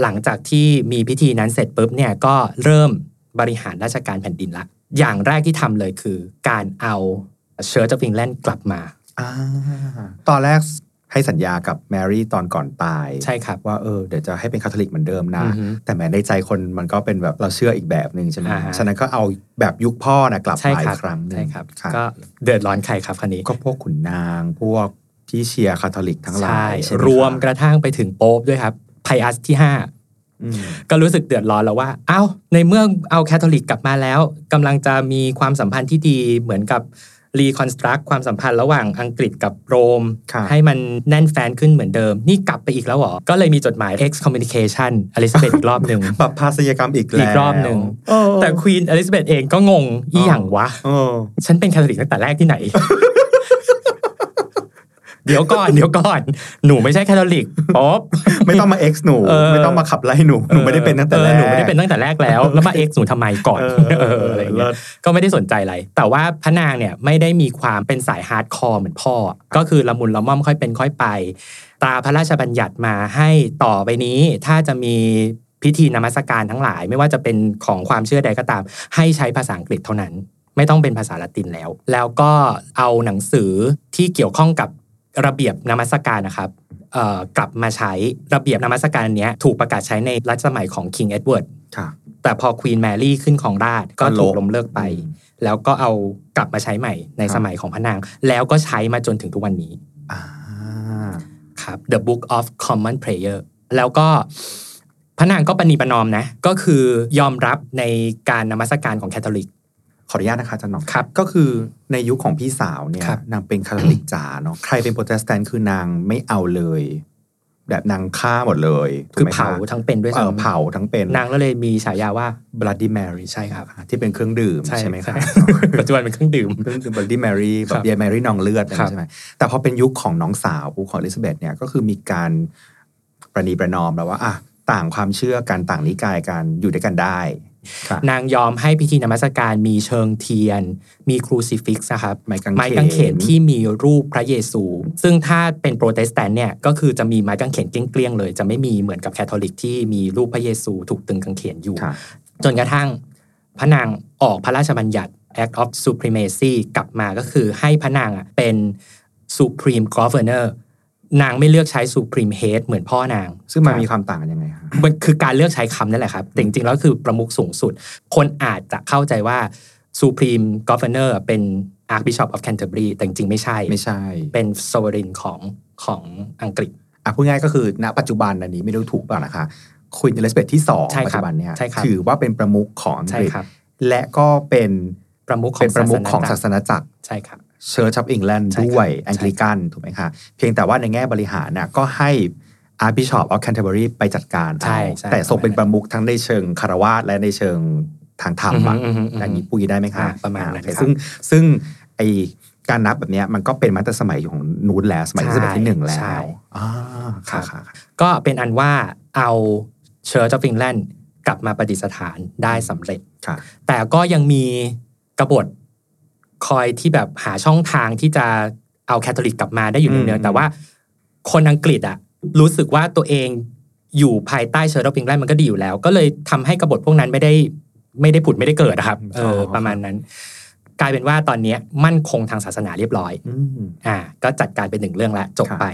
Speaker 3: หลังจากที่มีพิธีนั้นเสร็จปุ๊บเนี่ยก็เริ่มบริหารราชการแผ่นดินละ อย่างแรกที่ทำเลยคือการเอาเชิร์จฟิงแลนด์กลับมา
Speaker 2: อ่าตอนแรกให้สัญญากับแมรี่ตอนก่อนตาย
Speaker 3: ใช่ครับ
Speaker 2: ว่าเออเดี๋ยวจะให้เป็นคาทอลิกเหมือนเดิมนะ
Speaker 3: อือฮึ
Speaker 2: แต่แหมในใจคนมันก็เป็นแบบเราเชื่ออีกแบบหนึ่งใช่ไหม
Speaker 3: อ่าฮะ
Speaker 2: ฉะนั้นก็เอาแบบยุคพ่อนะกลับ
Speaker 3: ใช่
Speaker 2: มา
Speaker 3: ค
Speaker 2: อี
Speaker 3: รับ
Speaker 2: กครั้งหนึ่ง
Speaker 3: ใช่ครับ
Speaker 2: ะ
Speaker 3: ก็เดือดร้อนใครครับคันนี้
Speaker 2: ก็พวกขุนนางพวกที่เชียร์คาทอลิกทั้งหลาย
Speaker 3: ใช่
Speaker 2: ใช่ไหคบ
Speaker 3: รวมกระทั่งไปถึงโป๊ปด้วยครับไพอัสที่
Speaker 2: อืม
Speaker 3: 5 ก็รู้สึกเดือดร้อนแล้วว่า เอ้า ในเมื่อเอาแคทอลิกกลับมาแล้วกำลังจะมีความสัมพันธ์ที่ดีเหมือนกับรีคอนสตรักความสัมพันธ์ระหว่างอังกฤษกับโรม
Speaker 2: ครับ
Speaker 3: ให้มันแน่นแฟนขึ้นเหมือนเดิม นี่กลับไปอีกแล้วเหรอ ก็เลยมีจดหมาย excommunication อลิซาเบธอีกรอบหนึ่ง
Speaker 2: ปรับภาษยกรรมอีกแล้ว
Speaker 3: อีกรอบหนึ่ง
Speaker 2: เออ
Speaker 3: แต่ควีนอลิซาเบธเองก็งงอีหยังวะ
Speaker 2: เออ
Speaker 3: ฉันเป็นแคทอลิกตั้งแต่แรกที่ไหน เดี๋ยวก่อนเดี๋ยวก่อน หนูไม่ใช่แคทอลิกป๊อป
Speaker 2: ไม่ต้องมา X หนู
Speaker 3: เออ
Speaker 2: ไม่ต้องมาขับไล่หนู หนูไม่ได้เป็นตั้งแต่แรก
Speaker 3: ออหนูไม่ได้เป็นตั้งแต่แรกแล้ว แล้วมาเอ็กซ์หนูทำไมก่อน
Speaker 2: เออ
Speaker 3: เอออะไรอย่างเงี้ย
Speaker 2: ลิศ
Speaker 3: ก็ไม่ได้สนใจอะไร แต่ว่าพระนางเนี่ยไม่ได้มีความเป็นสายฮาร์ดคอร์เหมือนพ่อ ก็คือละมุนละม่อมค่อยเป็นค่อยไป ตราพระราชบัญญัติมาให้ต่อไปนี้ถ้าจะมีพิธีนมัสการทั้งหลาย ไม่ว่าจะเป็นของความเชื่อใดก็ตาม ให้ใช้ภาษาอังกฤษเท่านั้น ไม่ต้องเป็นภาษาละตินแล้ว แล้วก็เอาหนังสือที่เกี่ยวข้องกับระเบียบนมัสการนะครับเอ่อกลับมาใช้ระเบียบนมัสการอันเนี้ยถูกประกาศใช้ในรัชสมัยของคิงเอ็ดเวิร์ด
Speaker 2: ค่ะ
Speaker 3: แต่พอควีนแมรี่ขึ้นของราชย์ก็
Speaker 2: ก็ลบ
Speaker 3: ถูกล้มเลิกไป แล้วก็เอากลับมาใช้ใหม่ใน
Speaker 2: ครับ
Speaker 3: สมัยของพระนาง แล้วก็ใช้มาจนถึงทุกวันนี้
Speaker 2: อ่า
Speaker 3: ครับ The Book of Common Prayer แล้วก็พระนางก็ปณีประนอมนะ ก็คือยอมรับในการนมัสการของแคทอลิก
Speaker 2: ขออนุญาตนะคะอาจารย์หนอง
Speaker 3: ครับ
Speaker 2: ก็คือในยุคของพี่สาวเนี่ย
Speaker 3: ครับ
Speaker 2: นางเป็นคาทอลิกจ๋าเนาะใครเป็นโปรเตสแตนต์คือนางไม่เอาเลย แบบนางฆ่าหมดเลยถูก
Speaker 3: คือ
Speaker 2: ไหมะ
Speaker 3: เผาทั้งเป็นด้วย
Speaker 2: เออ
Speaker 3: ซ้ำ
Speaker 2: เผาทั้งเป็น
Speaker 3: นางก็เลยมีฉายาว่า
Speaker 2: Bloody Mary
Speaker 3: ใช่ครับ
Speaker 2: ที่เป็นเครื่องดื่มใช่ไหมครับ
Speaker 3: ปัจจุบันเป็นเครื่องดื่ม
Speaker 2: เรื่องคือ Bloody Mary แบ
Speaker 3: ครับ บ
Speaker 2: เบียร์แมรี่นองเลือดอะไร
Speaker 3: ครับ
Speaker 2: ใช่ไหมแต่พอเป็นยุคของน้องสาวปุ๊บของอลิซาเบธเนี่ยก็คือมีการประนีประนอมแล้วว่าอ่ะต่างความเชื่อกันต่างนิกายกันอยู่ด้วยกันได้ค่ะ
Speaker 3: นางยอมให้พิธีนมัสการมีเชิงเทียน มีครูซิฟิกซ์นะครับ
Speaker 2: ไม้กางเขน
Speaker 3: ไม้กางเขนที่มีรูปพระเยซู ซึ่งถ้าเป็นโปรเตสแตนต์เนี่ยก็คือจะมีไม้กางเขนเกลี้ยงๆเลย จะไม่มีเหมือนกับแคทอลิกที่มีรูปพระเยซูถูกตึงกางเขนอยู่
Speaker 2: ค่ะ
Speaker 3: จนกระทั่งพระนางออกพระราชบัญญัติ Act of Supremacy กลับมาก็คือให้พระนางอะเป็น Supreme Governor นางไม่เลือกใช้ Supreme Head เหมือนพ่อนาง
Speaker 2: ซึ่งมันมีความต่างกันยังไงคะ
Speaker 3: มันคือการเลือกใช้คำนั่นแหละครับ แต่จริงๆ แล้วคือประมุขสูงสุด คนอาจจะเข้าใจว่า Supreme Governor เป็น Archbishop of Canterbury แต่จริงๆ ไม่ใช่
Speaker 2: ไม่ใช่
Speaker 3: เป็น sovereign ของของอังกฤษ
Speaker 2: อ่ะพูดง่ายก็คือณปัจจุบันอันนี้ไม่รู้ถูกเปล่านะคะค e ณอลิซาเบธที่สอง
Speaker 3: ใช่ครับ
Speaker 2: ปัจจุบันเนี่ย
Speaker 3: ใช่ครับ
Speaker 2: ถือว่าเป็นประมุขของอัง
Speaker 3: ใช่
Speaker 2: กฤษ
Speaker 3: ครับ
Speaker 2: และก็เป็น
Speaker 3: ประมุขขอ
Speaker 2: เป็น
Speaker 3: ง
Speaker 2: ประมุขของศา
Speaker 3: ศา
Speaker 2: สนาจักร
Speaker 3: ใช่ครับ
Speaker 2: เชิร์ชับอังกฤษ
Speaker 3: ใช่ครับ
Speaker 2: ด้วย
Speaker 3: ใช่
Speaker 2: แองกลิกันถูกไหมคะเพียงแต่ว่าในแง่บริหารน่ะก็ให้อาร์บิชอปออฟแคนเทอร์เบอรีไปจัดการ
Speaker 3: ใช่
Speaker 2: เอา
Speaker 3: ใช่
Speaker 2: แต่ทรงเป็นประมุขทั้งในเชิงคารวาสและในเชิงทางธรรมอะ
Speaker 3: อือฮึอือฮึอือฮึ
Speaker 2: อย่างนี้ปุยได้ไหมคะ
Speaker 3: อ่ะประมาณนั้
Speaker 2: อ่
Speaker 3: น
Speaker 2: โอเค
Speaker 3: ครับ
Speaker 2: ซึ่งซึ่งไอการนับแบบเนี้ยมันก็เป็นมาตั้งแต่สมัยของนูนแล้วสมัยอลิซาเบธที่หนึ่งแล้
Speaker 3: ใช่
Speaker 2: วอ่า
Speaker 3: ครั
Speaker 2: ค่ะ
Speaker 3: บ
Speaker 2: ค่ะ
Speaker 3: ก็เป็นอันว่าเอาเชิร์จอฟิงแลนด์กลับมาประดิษฐานได้สำเร็จ
Speaker 2: ค่ะ
Speaker 3: แต่ก็ยังมีกบฏคอยที่แบบหาช่องทางที่จะเอาแคทอลิกกลับมาได้อยู่
Speaker 2: อืม
Speaker 3: เนือง
Speaker 2: อืม
Speaker 3: ๆแต่ว่าคนอังกฤษอะรู้สึกว่าตัวเองอยู่ภายใต้เชอร์ลปิงแลนด์มันก็ดีอยู่แล้ว ก็เลยทำให้กบฏพวกนั้นไม่ได้ไม่ได้ผุดไม่ได้เกิดอะครับเออประมาณนั้น กลายเป็นว่าตอนเนี้ยมั่นคงทางศาสนาเรียบร้อย
Speaker 2: อืม
Speaker 3: อ่าก็จัดการไปหนึ่งเรื่องละจบ
Speaker 2: ครับ
Speaker 3: ไป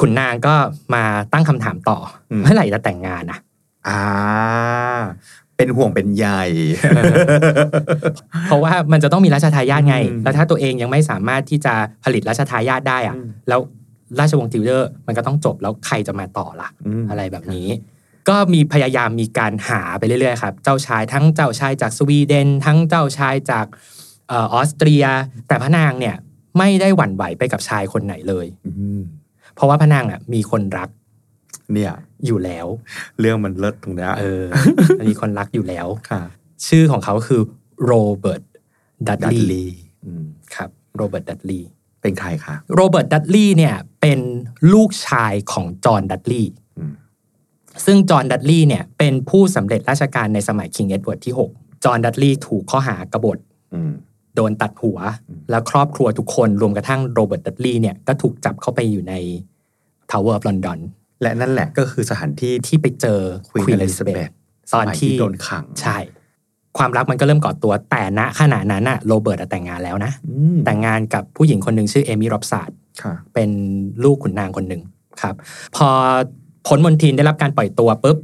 Speaker 3: คุณนางก็มาตั้งคำถามต่ออ
Speaker 2: ม
Speaker 3: เมื่อไหร่จะแต่งงานนะ
Speaker 2: อ่า เป็นห่วงเป็นใย
Speaker 3: เพราะว่ามันจะต้องมีราชทายาทไง
Speaker 2: อืม
Speaker 3: แล้วถ้าตัวเองยังไม่สามารถที่จะผลิตราชทายาทได้อะ
Speaker 2: อืม
Speaker 3: แล้วราชวงศ์ติวเดอร์มันก็ต้องจบแล้วใครจะมาต่อล่ะ
Speaker 2: ม
Speaker 3: อะไรแบบนี้ ก็มีพยายามมีการหาไปเรื่อยๆครับเจ้าชายทั้งเจ้าชายจากสวีเดน ทั้งเจ้าชายจากเออออสเตรีย แต่พระนางเนี่ยไม่ได้หวั่นไหวไปกับชายคนไหนเลย
Speaker 2: อืม
Speaker 3: เพราะว่าพระนางอ่ะมีคนรัก
Speaker 2: เนี่ย
Speaker 3: อยู่แล้ว
Speaker 2: เรื่องมันเลิศตรงเนี้ย
Speaker 3: เออ มีคนรักอยู่แล้ว
Speaker 2: ค่ะ
Speaker 3: ชื่อของเขาคือโรเบิร์ตดัต
Speaker 2: ดัต
Speaker 3: ลี
Speaker 2: ลีอืม
Speaker 3: ครับโรเบิร์ตดัตลี
Speaker 2: เป็นใครคะ
Speaker 3: โรเบิร์ตดัตลี่เนี่ยเป็นลูกชายของจอห์นดัตลี่
Speaker 2: อืม
Speaker 3: ซึ่งจอห์นดัตลี่เนี่ยเป็นผู้สำเร็จราชการในสมัยคิงเอ็ดเวิร์ดที่ 6 จอห์นดัตลี่ถูกข้อหากบฏ
Speaker 2: อืม
Speaker 3: โดนตัดหัว
Speaker 2: อืม
Speaker 3: แล้วครอบครัวทุกคนรวมกระทั่งโรเบิร์ตดัตลี่เนี่ยก็ถูกจับเข้าไปอยู่ในทาวเวอร์ออฟลอนดอน
Speaker 2: และนั่นแหละก็คือสถานที่ที่
Speaker 3: ที่ไปเจอ
Speaker 2: Queen
Speaker 3: Queen
Speaker 2: Elizabeth
Speaker 3: Elizabeth ตอนที่
Speaker 2: สมัยโดนขัง
Speaker 3: ใช่ ความรักมันก็เริ่มก่อตัวแต่ณขณะนั้นน่ะโรเบิร์ตอะแต่งงานแล้วนะ
Speaker 2: อืม
Speaker 3: แต่งงานกับผู้หญิงคนหนึ่งชื่อเอมิรอบสาด
Speaker 2: ค่ะ
Speaker 3: เป็นลูกขุนนางคนหนึ่งครับ พอพ้นมนทินได้รับการปล่อยตัวปุ๊บ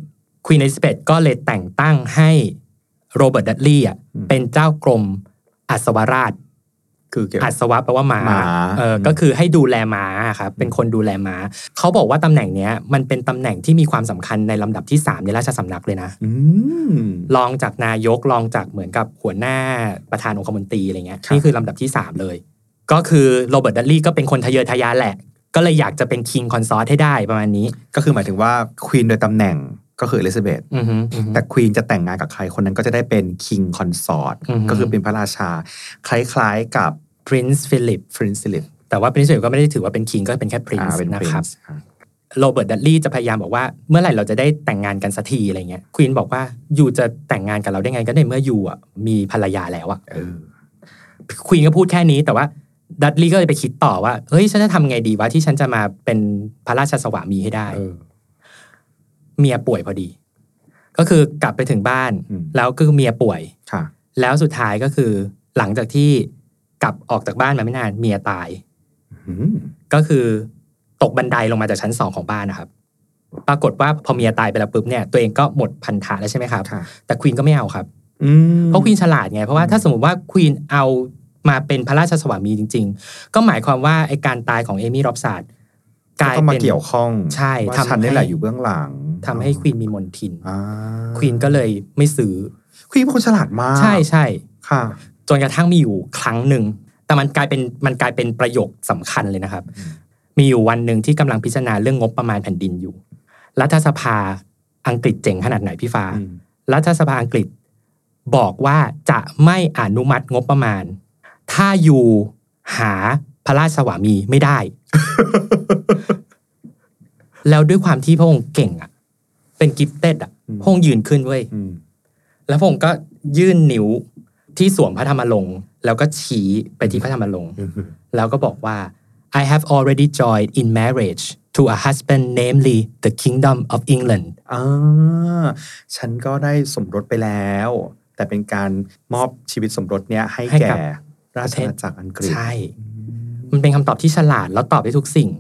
Speaker 3: ควีนอลิซาเบธก็เลยแต่งตั้งให้โรเบิร์ตดัตลี่อ่ะ
Speaker 2: อืม
Speaker 3: เป็นเจ้ากรมอัศวราช
Speaker 2: คือเกี่ยว
Speaker 3: อัศวะแปลว่าม้า
Speaker 2: ม้า
Speaker 3: เอออ
Speaker 2: ม
Speaker 3: ก็คือให้ดูแลม้าครับเป็นคนดูแลม้า เขาบอกว่าตำแหน่งเนี้ยมันเป็นตำแหน่งที่มีความสำคัญในลำดับที่ 3 ในราชสำนักเลยนะ
Speaker 2: อืม
Speaker 3: รองจากนายกรองจากเหมือนกับหัวหน้าประธานองคมนตรีอะไรเงี้ย
Speaker 2: ครับ
Speaker 3: นี่คือลำดับที่ 3 เลย ก็คือโรเบิร์ตดัลลี่ก็เป็นคนทะเยอทะยานแหละ ก็เลยอยากจะเป็นคิงคอนซอร์ t ให้ได้ประมาณนี้
Speaker 2: ก็คือหมายถึงว่าควีนโดยตำแหน่งก็คืออลิซาเบธ
Speaker 3: อือฮึอือฮึ
Speaker 2: แต่ควีนจะแต่งงานกับใครคนนั้นก็จะได้เป็นคิงคอนสอร์ต
Speaker 3: อือฮึ
Speaker 2: ก็คือเป็นพระราชา คล้ายๆกับ
Speaker 3: Prince Philip
Speaker 2: ฟรินซิลิป
Speaker 3: แต่ว่า Prince Philip ก็ไม่ได้ถือว่าเป็นคิงก็เป็นแค่
Speaker 2: อ่า
Speaker 3: Prince
Speaker 2: เป็น
Speaker 3: นะ
Speaker 2: prince
Speaker 3: ครับ
Speaker 2: ค่ะ
Speaker 3: โรเบิร์ตดัลลี่จะพยายามบอกว่าเมื่อไหร่เราจะได้แต่งงานกันสักทีอะไรเงี้ยควีนบอกว่ายูจะแต่งงานกับเราได้ไงก็ในเมื่อยูอ่ะมีภรรยาแล้วอ่ะ
Speaker 2: เออ
Speaker 3: ควีนก็พูดแค่นี้แต่ว่าดัตลี่ก็เลยไปคิดต่อว่า เฮ้ย ฉันจะทำไงดีวะที่ฉันจะมาเป็นพระราชสวามีให้ได้
Speaker 2: เออ
Speaker 3: เมียป่วยพอดี ก็คือกลับไปถึงบ้าน
Speaker 2: อืม
Speaker 3: แล้วก็คือเมียป่วย
Speaker 2: ค่ะ
Speaker 3: แล้วสุดท้ายก็คือ หลังจากที่กลับออกจากบ้านมาไม่นานเมียตาย
Speaker 2: อืม
Speaker 3: ก็คือตกบันไดลงมาจากชั้นสองของบ้านนะครับ ปรากฏว่าพอเมียตายไปแล้วปุ๊บเนี่ยตัวเองก็หมดพันธะแล้วใช่ไหมครับ
Speaker 2: ค่ะ
Speaker 3: แต่ควีนก็ไม่เอาครับ
Speaker 2: อืม
Speaker 3: เพราะควีนฉลาดไง เพราะว่าถ้าสมมติว่าควีนเอามาเป็นพระราชสวามีจริง ๆ ก็หมายความว่าไอการตายของเอมี่รอบสัตกลาย
Speaker 2: ก็มา
Speaker 3: เป็น
Speaker 2: เกี่ยวข้อง
Speaker 3: ใช่
Speaker 2: ว่า
Speaker 3: ทำ
Speaker 2: ฉันนี่แหละ
Speaker 3: ให้
Speaker 2: อยู่เบื้องหลัง
Speaker 3: ทำให้ควีนมีมนทิน
Speaker 2: อ่า
Speaker 3: ควีนก็เลยไม่ซื้อ
Speaker 2: ควีนเป็นคนฉลาดมาก
Speaker 3: ใช่ใช่
Speaker 2: ค่ะ
Speaker 3: จนกระทั่งมีอยู่ครั้งหนึ่ง แต่มันกลายเป็นมันกลายเป็นประโยคสำคัญเลยนะครับ
Speaker 2: อืม
Speaker 3: มีอยู่วันหนึ่งที่กำลังพิจารณาเรื่องงบประมาณแผ่นดินอยู่ รัฐสภาอังกฤษเจ๋งขนาดไหนพี่ฟ้า
Speaker 2: อืม
Speaker 3: รัฐสภาอังกฤษบอกว่าจะไม่อนุมัติงบประมาณ ถ้าอยู่หาพระราชสวามีไม่ได้ แล้วด้วยความที่พระองค์เก่งอะเป็นกิฟเต็ดอะพระองค์ยืนขึ้นเว้ย
Speaker 2: อืม
Speaker 3: แล้วพระองค์ก็ยื่นนิ้วที่สวมพระธรรมรงค์แล้วก็ชี้ไปที่พระธรรมรงค์
Speaker 2: อืม
Speaker 3: แล้วก็บอกว่า I have already joined in marriage to a husband namely the kingdom of England
Speaker 2: อ่าฉันก็ได้สมรสไปแล้ว แต่เป็นการมอบชีวิตสมรสเนี้ยให้
Speaker 3: ให้
Speaker 2: แก่
Speaker 3: กับ
Speaker 2: ราชอาณาจักรอังกฤษ
Speaker 3: ใช่ มันเป็นคำตอบที่ฉลาดแล้วตอบได้ทุกสิ่ง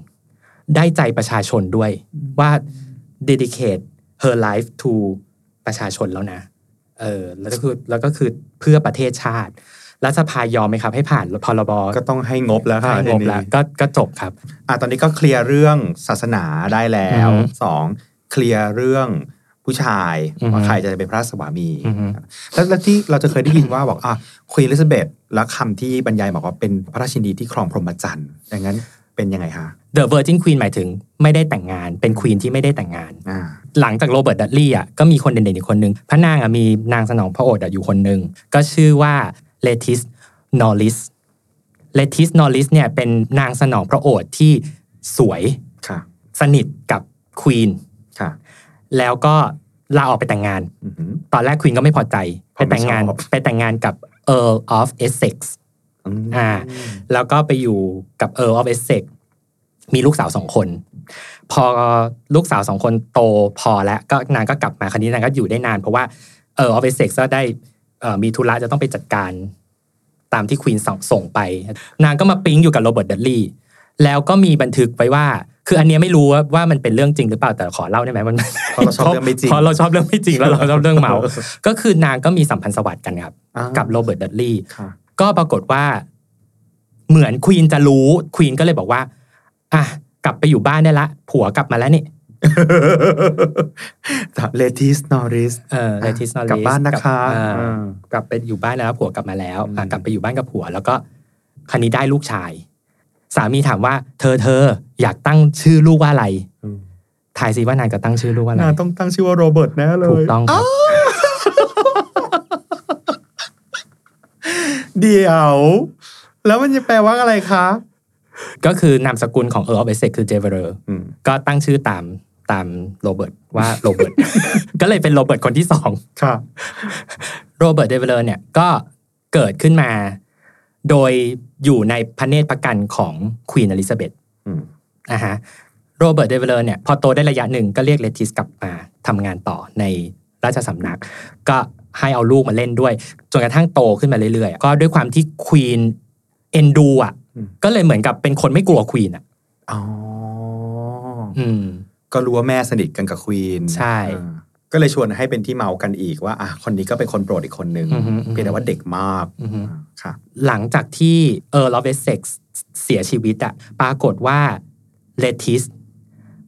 Speaker 3: ได้ใจประชาชนด้วยว่า dedicate her life to ประชาชนแล้วนะ เออแล้วก็คือแล้วก็คือเพื่อประเทศชาติ รัฐสภายอมไหมครับ ให้ผ่านพรบ
Speaker 2: ก็ต้องให้งบแล้วค่ะ
Speaker 3: ให้งบแล้ว
Speaker 2: ทีนี้
Speaker 3: ก็ก็จบครับ
Speaker 2: อ่ะตอนนี้ก็เคลียร์เรื่องศาสนาได้แล้ว
Speaker 3: อือฮึ
Speaker 2: สองเคลียร์เรื่องผู้ชาย
Speaker 3: อือฮึ
Speaker 2: ว่าใครจะเป็นพระสวามี
Speaker 3: อือฮึ
Speaker 2: แล้วแล้วที่เราจะเคยได้ยินว่าบอกอ่ะควีนอลิซาเบธแล้วคำที่บรรยายบอกว่าเป็นพระราชินีที่ครองพรหมจรรย์ดังนั้นเป็นยังไงคะ
Speaker 3: The Virgin Queen หมายถึงไม่ได้แต่งงาน เป็นควีนที่ไม่ได้แต่งงาน
Speaker 2: อ่า
Speaker 3: หลังจากโรเบิร์ตดัตลี่อ่ะก็มีคนเด่นๆอีกคนนึง พระนางอ่ะมีนางสนองพระโอษฐ์อ่ะอยู่คนนึง ก็ชื่อว่าเลติสนอริสเลติสนอริสเนี่ยเป็นนางสนองพระโอษฐ์ที่สวย
Speaker 2: ค่ะ
Speaker 3: สนิทกับควีน
Speaker 2: ค่ะ
Speaker 3: แล้วก็ลาออกไปแต่งงาน
Speaker 2: อือหือ
Speaker 3: ตอนแรกควีนก็ไม่พอใจ ไปแต่งงาน
Speaker 2: ผมไม่ชอบ
Speaker 3: ไปแต่งงานกับ Earl of Essex
Speaker 2: อืม
Speaker 3: อ่า แล้วก็ไปอยู่กับ Earl of Essex มีลูกสาวสองคน พอลูกสาวสองคนโตพอแล้วก็นางก็กลับมาคราวนี้นางก็อยู่ได้นาน เพราะว่า Earl of Essex ก็ได้เอ่อมีธุระจะต้องไปจัดการตามที่ควีนส่งส่งไป นางก็มาปิ๊งอยู่กับโรเบิร์ตดัตลี่แล้วก็มีบันทึกไว้ว่า คืออันเนี้ยไม่รู้ว่าว่ามันเป็นเรื่องจริงหรือเปล่าแต่ขอเล่าได้ไหมมัน
Speaker 2: เพราะเราชอบเรื่องไม่จริง
Speaker 3: เพราะเราชอบเรื่องไม่จริงแล้วเราชอบเรื่องเมา ก็คือนางก็มีสัมพันธ์สวัสดิ์กันครับ
Speaker 2: อ่า
Speaker 3: กับโรเบิร์ตดัตลี่
Speaker 2: ค่ะ
Speaker 3: ก็ปรากฏว่า เหมือนควีนจะรู้ควีนก็เลยบอกว่า อ่ะกลับไปอยู่บ้านได้ละ ผัวกลับมาแล้วนี่
Speaker 2: เลติสนอริส
Speaker 3: เออเลทิสนอริส
Speaker 2: กลับบ้านนะคะ
Speaker 3: เออ
Speaker 2: อ่า
Speaker 3: กลับไปอยู่บ้านแล้วผัวกลับมาแล้วอ่ะ
Speaker 2: อืม
Speaker 3: กลับไปอยู่บ้านกับผัว แล้วก็คันนี้ได้ลูกชาย สามีถามว่า เธอเธออยากตั้งชื่อลูกว่าอะไรทายสิว่านางจะตั้งชื่อลูกว่าอะไร
Speaker 2: นางต้องตั้งชื่อว่าโรเบิร์ตแน่เล
Speaker 3: ถูก
Speaker 2: ย
Speaker 3: ต้องครับ
Speaker 2: เดี๋ยว แล้วมันจะแปลว่าอะไรคะ
Speaker 3: ก็คือนามสกุลของเออร์ออฟเอเซคือเจเวอร์
Speaker 2: อืม
Speaker 3: ก็ตั้งชื่อตามตามโรเบิร์ตว่าโร เบิร์ต ก็เลยเป็นโรเบิร์ตคนที่สอง
Speaker 2: ค่ะ
Speaker 3: โรเบิร์ตเดเวลเลอร์เนี่ยก็เกิดขึ้นมา โดยอยู่ในพระเนตรพระกันของควีนอลิซาเบธ
Speaker 2: อืม
Speaker 3: นะฮะโรเบิร์ตเดเวลเลอร์เนี่ยพอโตได้ระยะหนึ่งก็เรียกเลติสกลับมาทำงานต่อในราชสำนัก ก็ให้เอาลูกมาเล่นด้วย จนกระทั่งโตขึ้นมาเรื่อยๆ ก็ด้วยความที่ควีนเอ็นดูอ่ะ
Speaker 2: อืม
Speaker 3: ก็เลยเหมือนกับเป็นคนไม่กลัวควีนอ่ะ
Speaker 2: อ๋อ
Speaker 3: อืม
Speaker 2: ก็รู้ว่าแม่สนิทกันกับควีน
Speaker 3: ใช่
Speaker 2: อ่าก็เลยชวนให้เป็นที่เมากันอีกว่าอ่ะคนนี้ก็เป็นคนโปรดอีกคนนึง
Speaker 3: อือฮึอือฮึ
Speaker 2: เพียงแต่ว่าเด็กมาก
Speaker 3: อือฮึ
Speaker 2: อ่าค่ะ
Speaker 3: หลังจากที่เออร์ลอฟเวสเซ็กเสียชีวิตอะปรากฏว่าเลติส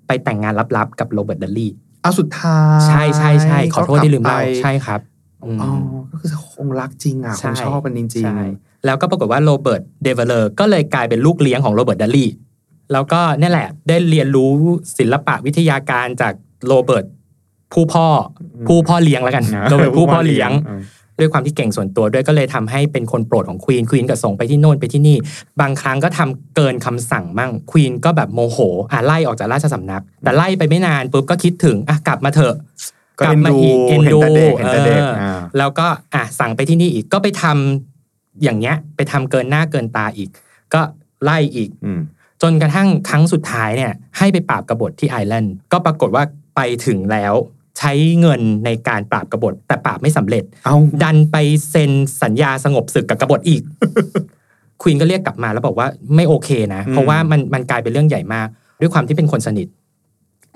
Speaker 3: ไปแต่งงานลับๆ กับโรเบิร์ตเดลลี่
Speaker 2: เอาสุดท้าย
Speaker 3: ใช่ใช่ใช่ขอโทษที่ลืมเล่า
Speaker 2: ก็กบไป
Speaker 3: ใช่ครับอืม
Speaker 2: อ๋อก็คือคงรักจริงอ่ะค
Speaker 3: ใช่
Speaker 2: งชอบมันจริง
Speaker 3: ใช่แล้วก็ปรากฏว่าโรเบิร์ตเดเวลเลอร์ก็เลยกลายเป็นลูกเลี้ยงของโรเบิร์ตเดลลี่ แล้วก็เนี่ยแหละได้เรียนรู้ศิลปะวิทยาการจากโรเบิร์ตผู้พ่อ
Speaker 2: ๆ
Speaker 3: ผู้พ่อเลี้ยงแล้วกัน
Speaker 2: นะ
Speaker 3: โรเบิร์ตผู้พ่อเลี้ยง
Speaker 2: อืม
Speaker 3: ด้วยความที่เก่งส่วนตัวด้วยก็เลยทำให้เป็นคนโปรดของควีนควีนก็ส่งไปที่โน่นไปที่นี่ บางครั้งก็ทำเกินคำสั่งมั่งควีนก็แบบโมโหอ่ะไล่ออกจากราชสำนัก แต่ไล่ไปไม่นานปุ๊บก็คิดถึงอ่ะกลับมาเถอะ
Speaker 2: ก็เอ็นดู
Speaker 3: กลั
Speaker 2: เห็
Speaker 3: บ
Speaker 2: น
Speaker 3: มาอีกเอ็นดู
Speaker 2: แต่เด็กเห็นแต่เด็ก
Speaker 3: เอออ่
Speaker 2: ่า
Speaker 3: แล้วก็อ่ะสั่งไปที่นี่อีกก็ไปทำอย่างเงี้ยไปทำเกินหน้าเกินตาอีก ก็ไล่อีก
Speaker 2: อืม
Speaker 3: จนกระทั่งครั้งสุดท้ายเนี่ยให้ไปปราบกบฏที่ไอร์แลนด์ก็ปรากฏว่าไปถึงแล้ว ใช้เงินในการปราบกบฏแต่ปราบไม่สำเร็จ
Speaker 2: เอา
Speaker 3: ดันไปเซ็นสัญญาสงบศึกกับกบฏ อีก ควีนก็เรียกกลับมาแล้วบอกว่าไม่โอเคนะ เพราะว่ามันมันกลายเป็นเรื่องใหญ่มาก ด้วยความที่เป็นคนสนิท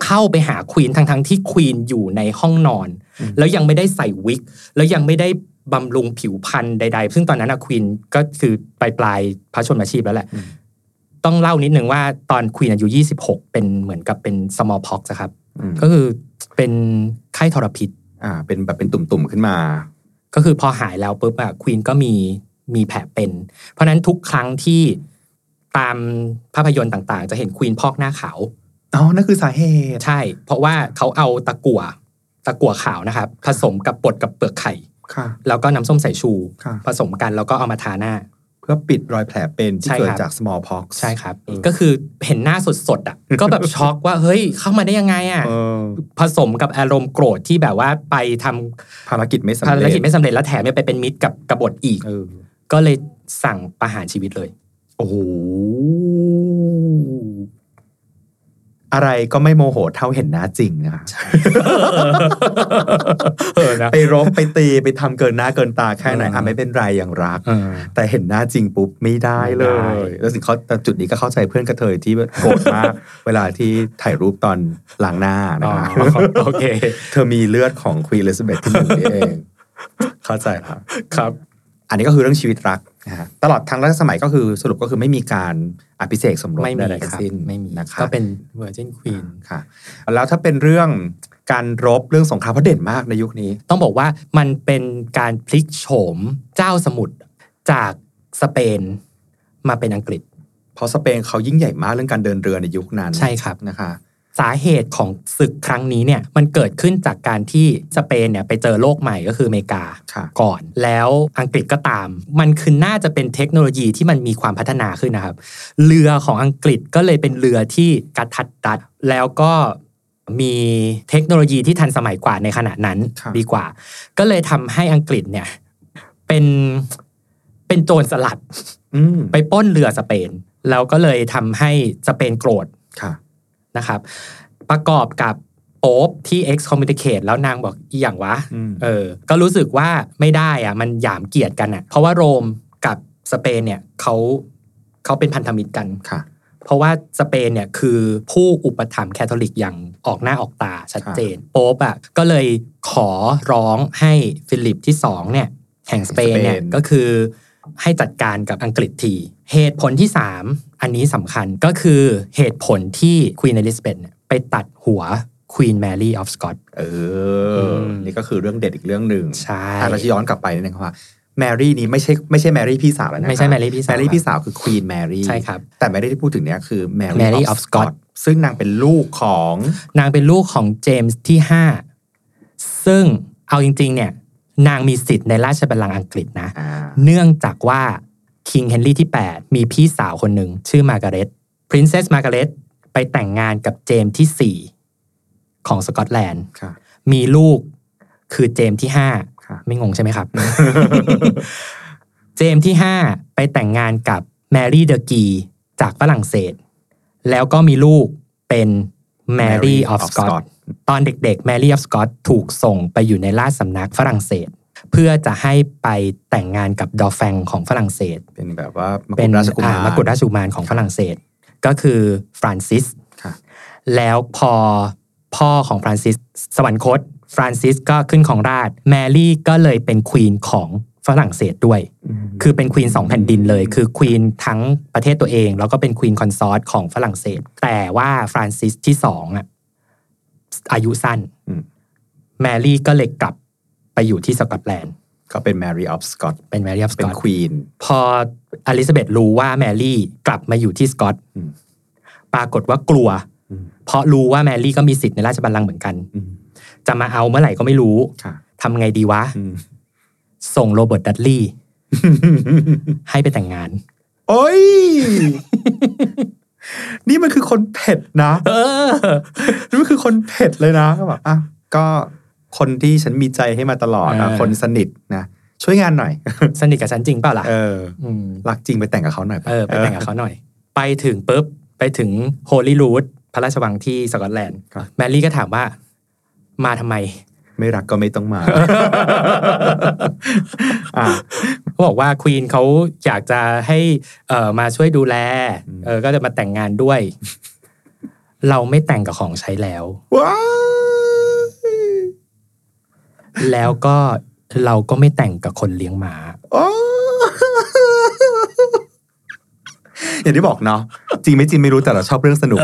Speaker 3: เข้าไปหาควีนทั้งทั้งๆที่ควีนอยู่ในห้องนอน แล้วยังไม่ได้ใส่วิก แล้วยังไม่ได้บำรุงผิวพรรณใด ๆ ซึ่งตอนนั้นอะควีนก็คือปลายปลายๆพระชนมาชีพแล้วแหละ ต้องเล่านิดนึงว่าตอนควีนอายุ 26 เป็นเหมือนกับเป็น small pox อะครับ
Speaker 2: อืม
Speaker 3: ก็คือเป็นไข้ทรพิษ
Speaker 2: อ่า เป็นแบบเป็นตุ่มๆขึ้นมา
Speaker 3: ก็คือพอหายแล้วปุ๊บอะควีนก็มีมีแผลเป็น เพราะฉะนั้นทุกครั้งที่ตามภาพยนตร์ต่าง ๆ จะเห็นควีนพอกหน้าขาว
Speaker 2: อ๋อ นั่นคือสาเหตุ
Speaker 3: ใช่ เพราะว่าเขาเอาตะกั่วตะกั่วขาวนะครับ ผสมกับปดกับเปลือกไข่
Speaker 2: ค่ะ
Speaker 3: แล้วก็น้ำส้มสายชู
Speaker 2: ค่ะ
Speaker 3: ผสมกันแล้วก็เอามาทาหน้า
Speaker 2: เพื่อปิดรอยแผลเป็นที่
Speaker 3: ใช่
Speaker 2: เกิด
Speaker 3: ครับ
Speaker 2: จาก smallpox
Speaker 3: ใช่ครับ
Speaker 2: เออ
Speaker 3: ก็คือเห็นหน้าสดๆ อ่ะ ก็แบบช็อกว่าเฮ้ยเข้ามาได้ยังไงอ่ะ
Speaker 2: เออ
Speaker 3: ผสมกับอารมณ์โกรธที่แบบว่าไปทำ
Speaker 2: ภารกิจไม่สำเร็จ
Speaker 3: ภารกิจไม่สำเร็จแล้วแถมยังไปเป็นมิตรกับกบฏอีก
Speaker 2: เออ
Speaker 3: ก็เลยสั่งประหารชีวิตเลย
Speaker 2: โอ้โหอะไรก็ไม่โมโหเท่าเห็นหน้าจริงนะคะ
Speaker 3: เออนะ
Speaker 2: ไปรบไปตีไปทำเกินหน้าเกินตาแค่ไหน
Speaker 3: เอออ่
Speaker 2: อ่ะไม่เป็นไรอย่างรัก
Speaker 3: เออ
Speaker 2: แต่เห็นหน้าจริงปุ๊บไม่ได้เล
Speaker 3: ไม่
Speaker 2: ย
Speaker 3: ได้
Speaker 2: แล้วสิ่งเขาแต่จุดนี้ก็เข้าใจเพื่อนกระเทยที่โกรธมาก เวลาที่ถ่ายรูปตอนล้างหน้านะ
Speaker 3: อ๋อ
Speaker 2: คะ
Speaker 3: โอเค
Speaker 2: เธอมีเลือดของควีนเลสเบธที่หนึ่งนี่เอง เข้าใจครับ
Speaker 3: ครับ
Speaker 2: อันนี้ก็คือเรื่องชีวิตรักนะฮะตลอดทั้งรัชสมัยก็คือสรุปก็คือไม่มีการอภิเษกสมรส
Speaker 3: ไม่มี
Speaker 2: ใดๆ
Speaker 3: ค
Speaker 2: ทั้ง
Speaker 3: รับ
Speaker 2: สิ้น
Speaker 3: ไม่มี
Speaker 2: นะคะ
Speaker 3: ก็เป็นเวอร์จินควีน
Speaker 2: ค่ะ แล้วถ้าเป็นเรื่องการรบเรื่องสงครามเพราะเด่นมากในยุคนี้
Speaker 3: ต้องบอกว่ามันเป็นการพลิกโฉมเจ้าสมุทรจากสเปนมาเป็นอังกฤษ
Speaker 2: เพราะสเปนเขายิ่งใหญ่มากเรื่องการเดินเรือในยุคนั้น
Speaker 3: ใช่ครับ
Speaker 2: นะคะ
Speaker 3: สาเหตุของศึกครั้งนี้เนี่ยมันเกิดขึ้นจากการที่สเปนเนี่ยไปเจอโลกใหม่ก็คืออเมริกา
Speaker 2: ค่ะ
Speaker 3: ก่อน แล้วอังกฤษก็ตาม มันคือน่าจะเป็นเทคโนโลยีที่มันมีความพัฒนาขึ้นนะครับ เรือของอังกฤษก็เลยเป็นเรือที่กระทัดรัดแล้วก็มีเทคโนโลยีที่ทันสมัยกว่าในขณะนั้น
Speaker 2: ครับ
Speaker 3: ดีกว่า ก็เลยทำให้อังกฤษเนี่ยเป็นเป็นโจรสลัด
Speaker 2: อืม
Speaker 3: ไปปล้นเรือสเปน แล้วก็เลยทำให้สเปนโกรธ
Speaker 2: ค่ะ
Speaker 3: นะครับประกอบกับโป๊บที่ excommunicate แล้วนางบอกอีหยังวะ
Speaker 2: อืม
Speaker 3: เออก็รู้สึกว่าไม่ได้อะมันหยามเกียรติกันอะเพราะว่าโรมกับสเปนเนี่ยเขาเขาเป็นพันธมิตรกัน
Speaker 2: ค่ะ
Speaker 3: เพราะว่าสเปนเนี่ยคือผู้อุปถัมภ์แคทอลิกอย่างออกหน้าออกตาชัดเจน โป๊บอะก็เลยขอร้องให้ฟิลิปที่สองเนี่ยแห่งสเปนเนี่ย
Speaker 2: สเปน
Speaker 3: ก็คือให้จัดการกับอังกฤษที เหตุผลที่ 3 อันนี้สำคัญก็คือเหตุผลที่ควีนอลิซาเบธเนี่ยไปตัดหัวควีนแมรี่ออฟสกอต
Speaker 2: เอ
Speaker 3: อื
Speaker 2: อ
Speaker 3: ม
Speaker 2: นี่ก็คือเรื่องเด็ดอีกเรื่องหนึ่ง
Speaker 3: ใช่
Speaker 2: อ่ะเราจะย้อนกลับไปนิดนึงครับว่าแมรี่นี้ไม่ใช่ไม่ใช่แมรี่พี่สาวแล้วนะ
Speaker 3: ไม่ใช่แมรี่พี่สา
Speaker 2: แม
Speaker 3: ว
Speaker 2: รี่พี่สาวคือควีนแมรี่
Speaker 3: ใช่ครับ
Speaker 2: แต่แมรี่ที่พูดถึงเนี้ยคือแม
Speaker 3: Mary
Speaker 2: รี่
Speaker 3: of Scott
Speaker 2: ซึ่งนางเป็นลูกของ
Speaker 3: นางเป็นลูกของเจมส์ที่ 5 ซึ่งเอาจริงๆเนี่ยนางมีสิทธิ์ในราชบัลลังก์อังกฤษนะ
Speaker 2: อ่า
Speaker 3: เนื่องจากว่า คิงเฮนรี่ที่ 8 มีพี่สาวคนหนึ่ง ชื่อมาการ์เร็ตพรินเซสมาการ์เร็ตไปแต่งงานกับเจมส์ที่ 4 ของสกอตแลนด์
Speaker 2: ค่ะ
Speaker 3: มีลูกคือเจมส์ที่
Speaker 2: ครับ
Speaker 3: 5 ไม่งงใช่ไหมครับ เจมส์ที่ 5 ไปแต่งงานกับแมรี่เดอะกีจากฝรั่งเศส แล้วก็มีลูกเป็นแมรี่ออฟสกอต ตอนเด็กๆ แมรี่ออฟสกอตถูกส่งไปอยู่ในราชสำนักฝรั่งเศส เพื่อจะให้ไปแต่งงานกับดอแฟงของฝรั่งเศส
Speaker 2: เป็นแบบว่ามกุ
Speaker 3: เป็น
Speaker 2: ฎราชกุมาร
Speaker 3: อ่มกุฎราชกุมารของฝรั่งเศส ก็คือฟรานซิส
Speaker 2: ครับ
Speaker 3: แล้วพอพ่อของฟรานซิสสวรรคตฟรานซิสก็ขึ้นของราชแมรี่ก็เลยเป็นควีนของฝรั่งเศสด้วย
Speaker 2: ม
Speaker 3: คือเป็นควีนสองแผ่นดินเลย คือควีนทั้งประเทศตัวเอง แล้วก็เป็นควีนคอนซอร์ตของฝรั่งเศส แต่ว่าฟรานซิสที่สองอะอายุสั้น
Speaker 2: อืม
Speaker 3: แมรี่ก็เลยกลับไปอยู่ที่สกอตแลนด์
Speaker 2: ก็เป็นแมรี่ออฟสกอต
Speaker 3: เป็นแมรี่ออฟส
Speaker 2: เป็
Speaker 3: ก
Speaker 2: น
Speaker 3: อต
Speaker 2: ควีน
Speaker 3: พออลิซาเบธรู้ว่าแมรี่กลับมาอยู่ที่สกอต
Speaker 2: อืม
Speaker 3: ปรากฏว่ากลัว
Speaker 2: อืม
Speaker 3: เพราะรู้ว่าแมรี่ก็มีสิทธิ์ในราชบัลลังก์เหมือนกัน
Speaker 2: อืม
Speaker 3: จะมาเอาเมื่อไหร่ก็ไม่รู้
Speaker 2: ค่ะ
Speaker 3: ทำไงดีวะ
Speaker 2: อืม
Speaker 3: ส่งโรเบิร์ตดัตลี่ให้ไปแต่งงาน
Speaker 2: โอ้ย นี่มันคือคนเผ็ดนะ
Speaker 3: เออ
Speaker 2: นี่มันคือคนเผ็ดเลยนะก็แบบอ่ะก็คนที่ฉันมีใจให้มาตลอดอ่ะ
Speaker 3: เออ
Speaker 2: คนสนิทนะ ช่วยงานหน่อย
Speaker 3: สนิทกับฉันจริงเปล่าล่ะ
Speaker 2: เออ
Speaker 3: ม
Speaker 2: รักจริงไปแต่งกับเขาหน่อย
Speaker 3: เออไปแต่งกับเขาหน่อย ไปถึงปุ๊บ ไปถึงโฮลีรูดพระราชวังที่สกอตแลนด์ แมรี่ก็ถามว่า มาทำไม
Speaker 2: ไม่รักก็ไม่ต้องมา อ่ะ
Speaker 3: เขาบอกว่าควีนเขาอยากจะให้เออมาช่วยดูแล
Speaker 2: อืม
Speaker 3: เออก็จะมาแต่งงานด้วย เราไม่แต่งกับของใช้แล้ว
Speaker 2: ว้าย
Speaker 3: แล้วก็เราก็ไม่แต่งกับคนเลี้ยงหมา
Speaker 2: โอ้อย่างที่บอกเนาะจริงไม่จริงไม่รู้แต่เราชอบเรื่องสนุก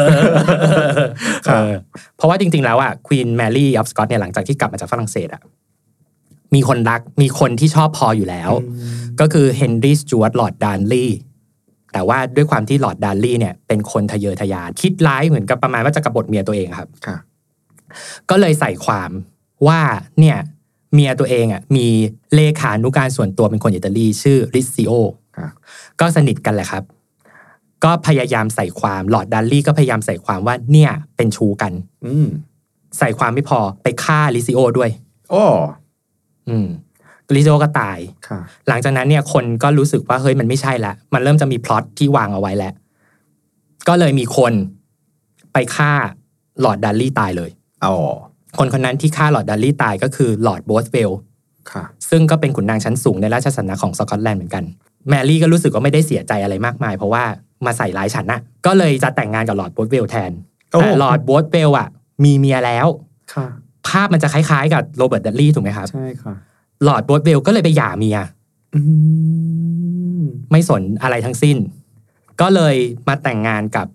Speaker 3: เออเพราะว่าจริง ๆ แล้วอ่ะควีนแมรี่ออฟสกอตเนี่ยหลังจากที่กลับมาจากฝรั่งเศสอ่ะมีคนรักมีคนที่ชอบพออยู่แล้ว ก็คือเฮนรี่สจวตหลอดดานลีย์แต่ว่าด้วยความที่หลอดดานลีย์เนี่ยเป็นคนทะเยอทะยาน คิดร้ายเหมือนกับประมาณว่าจะกบฏเมียตัวเองอะครับ
Speaker 2: ค่ะ
Speaker 3: ก็เลยใส่ความว่าเนี่ยเมียตัวเองอ่ะมีเลขานุการส่วนตัวเป็นคนอิตาลีชื่อริซิโอ
Speaker 2: ครับ
Speaker 3: ก็สนิทกันแหละครับ ก็พยายามใส่ความหลอดดัลลี่ก็พยายามใส่ความว่าเนี่ยเป็นชูกัน
Speaker 2: อืม
Speaker 3: ใส่ความไม่พอไปฆ่าริซิโอด้วย
Speaker 2: โอ้
Speaker 3: อืมริซิโอก็ตาย
Speaker 2: ค่ะ
Speaker 3: หลังจากนั้นเนี่ยคนก็รู้สึกว่าเฮ้ยมันไม่ใช่ละ มันเริ่มจะมีพล็อตที่วางเอาไว้แล้ว ก็เลยมีคนไปฆ่าหลอดดัลลี่ตายเลย
Speaker 2: อ๋อ
Speaker 3: คนคนนั้นที่ฆ่าหลอร์ดดัลลี่ตายก็คือหลอร์ดโบสเวลล
Speaker 2: ค่ะ
Speaker 3: ซึ่งก็เป็นขุนนางชั้นสูงในราชสำนักของสกอตแลนด์เหมือนกัน แมรี่ก็รู้สึกว่าไม่ได้เสียใจอะไรมากมาย เพราะว่ามาใส่ร้ายฉันนะก็เลยจะแต่งงานกับหลอร์ดโบสเวลลแทน
Speaker 2: โอ้
Speaker 3: แต่หลอร์ดโบสเวลลอ่ะ มีเมียแล้ว
Speaker 2: ค่ะ
Speaker 3: ภาพมันจะคล้ายๆกับโรเบิร์ตดัลลี่ถูกไหมครับ
Speaker 2: ใช่ค่ะ
Speaker 3: หลอร์ดโบสเวลลก็เลยไปหย่าเมีย
Speaker 2: อืม
Speaker 3: ไม่สนอะไรทั้งสิ้น ก็เลยมาแต่งงานกับ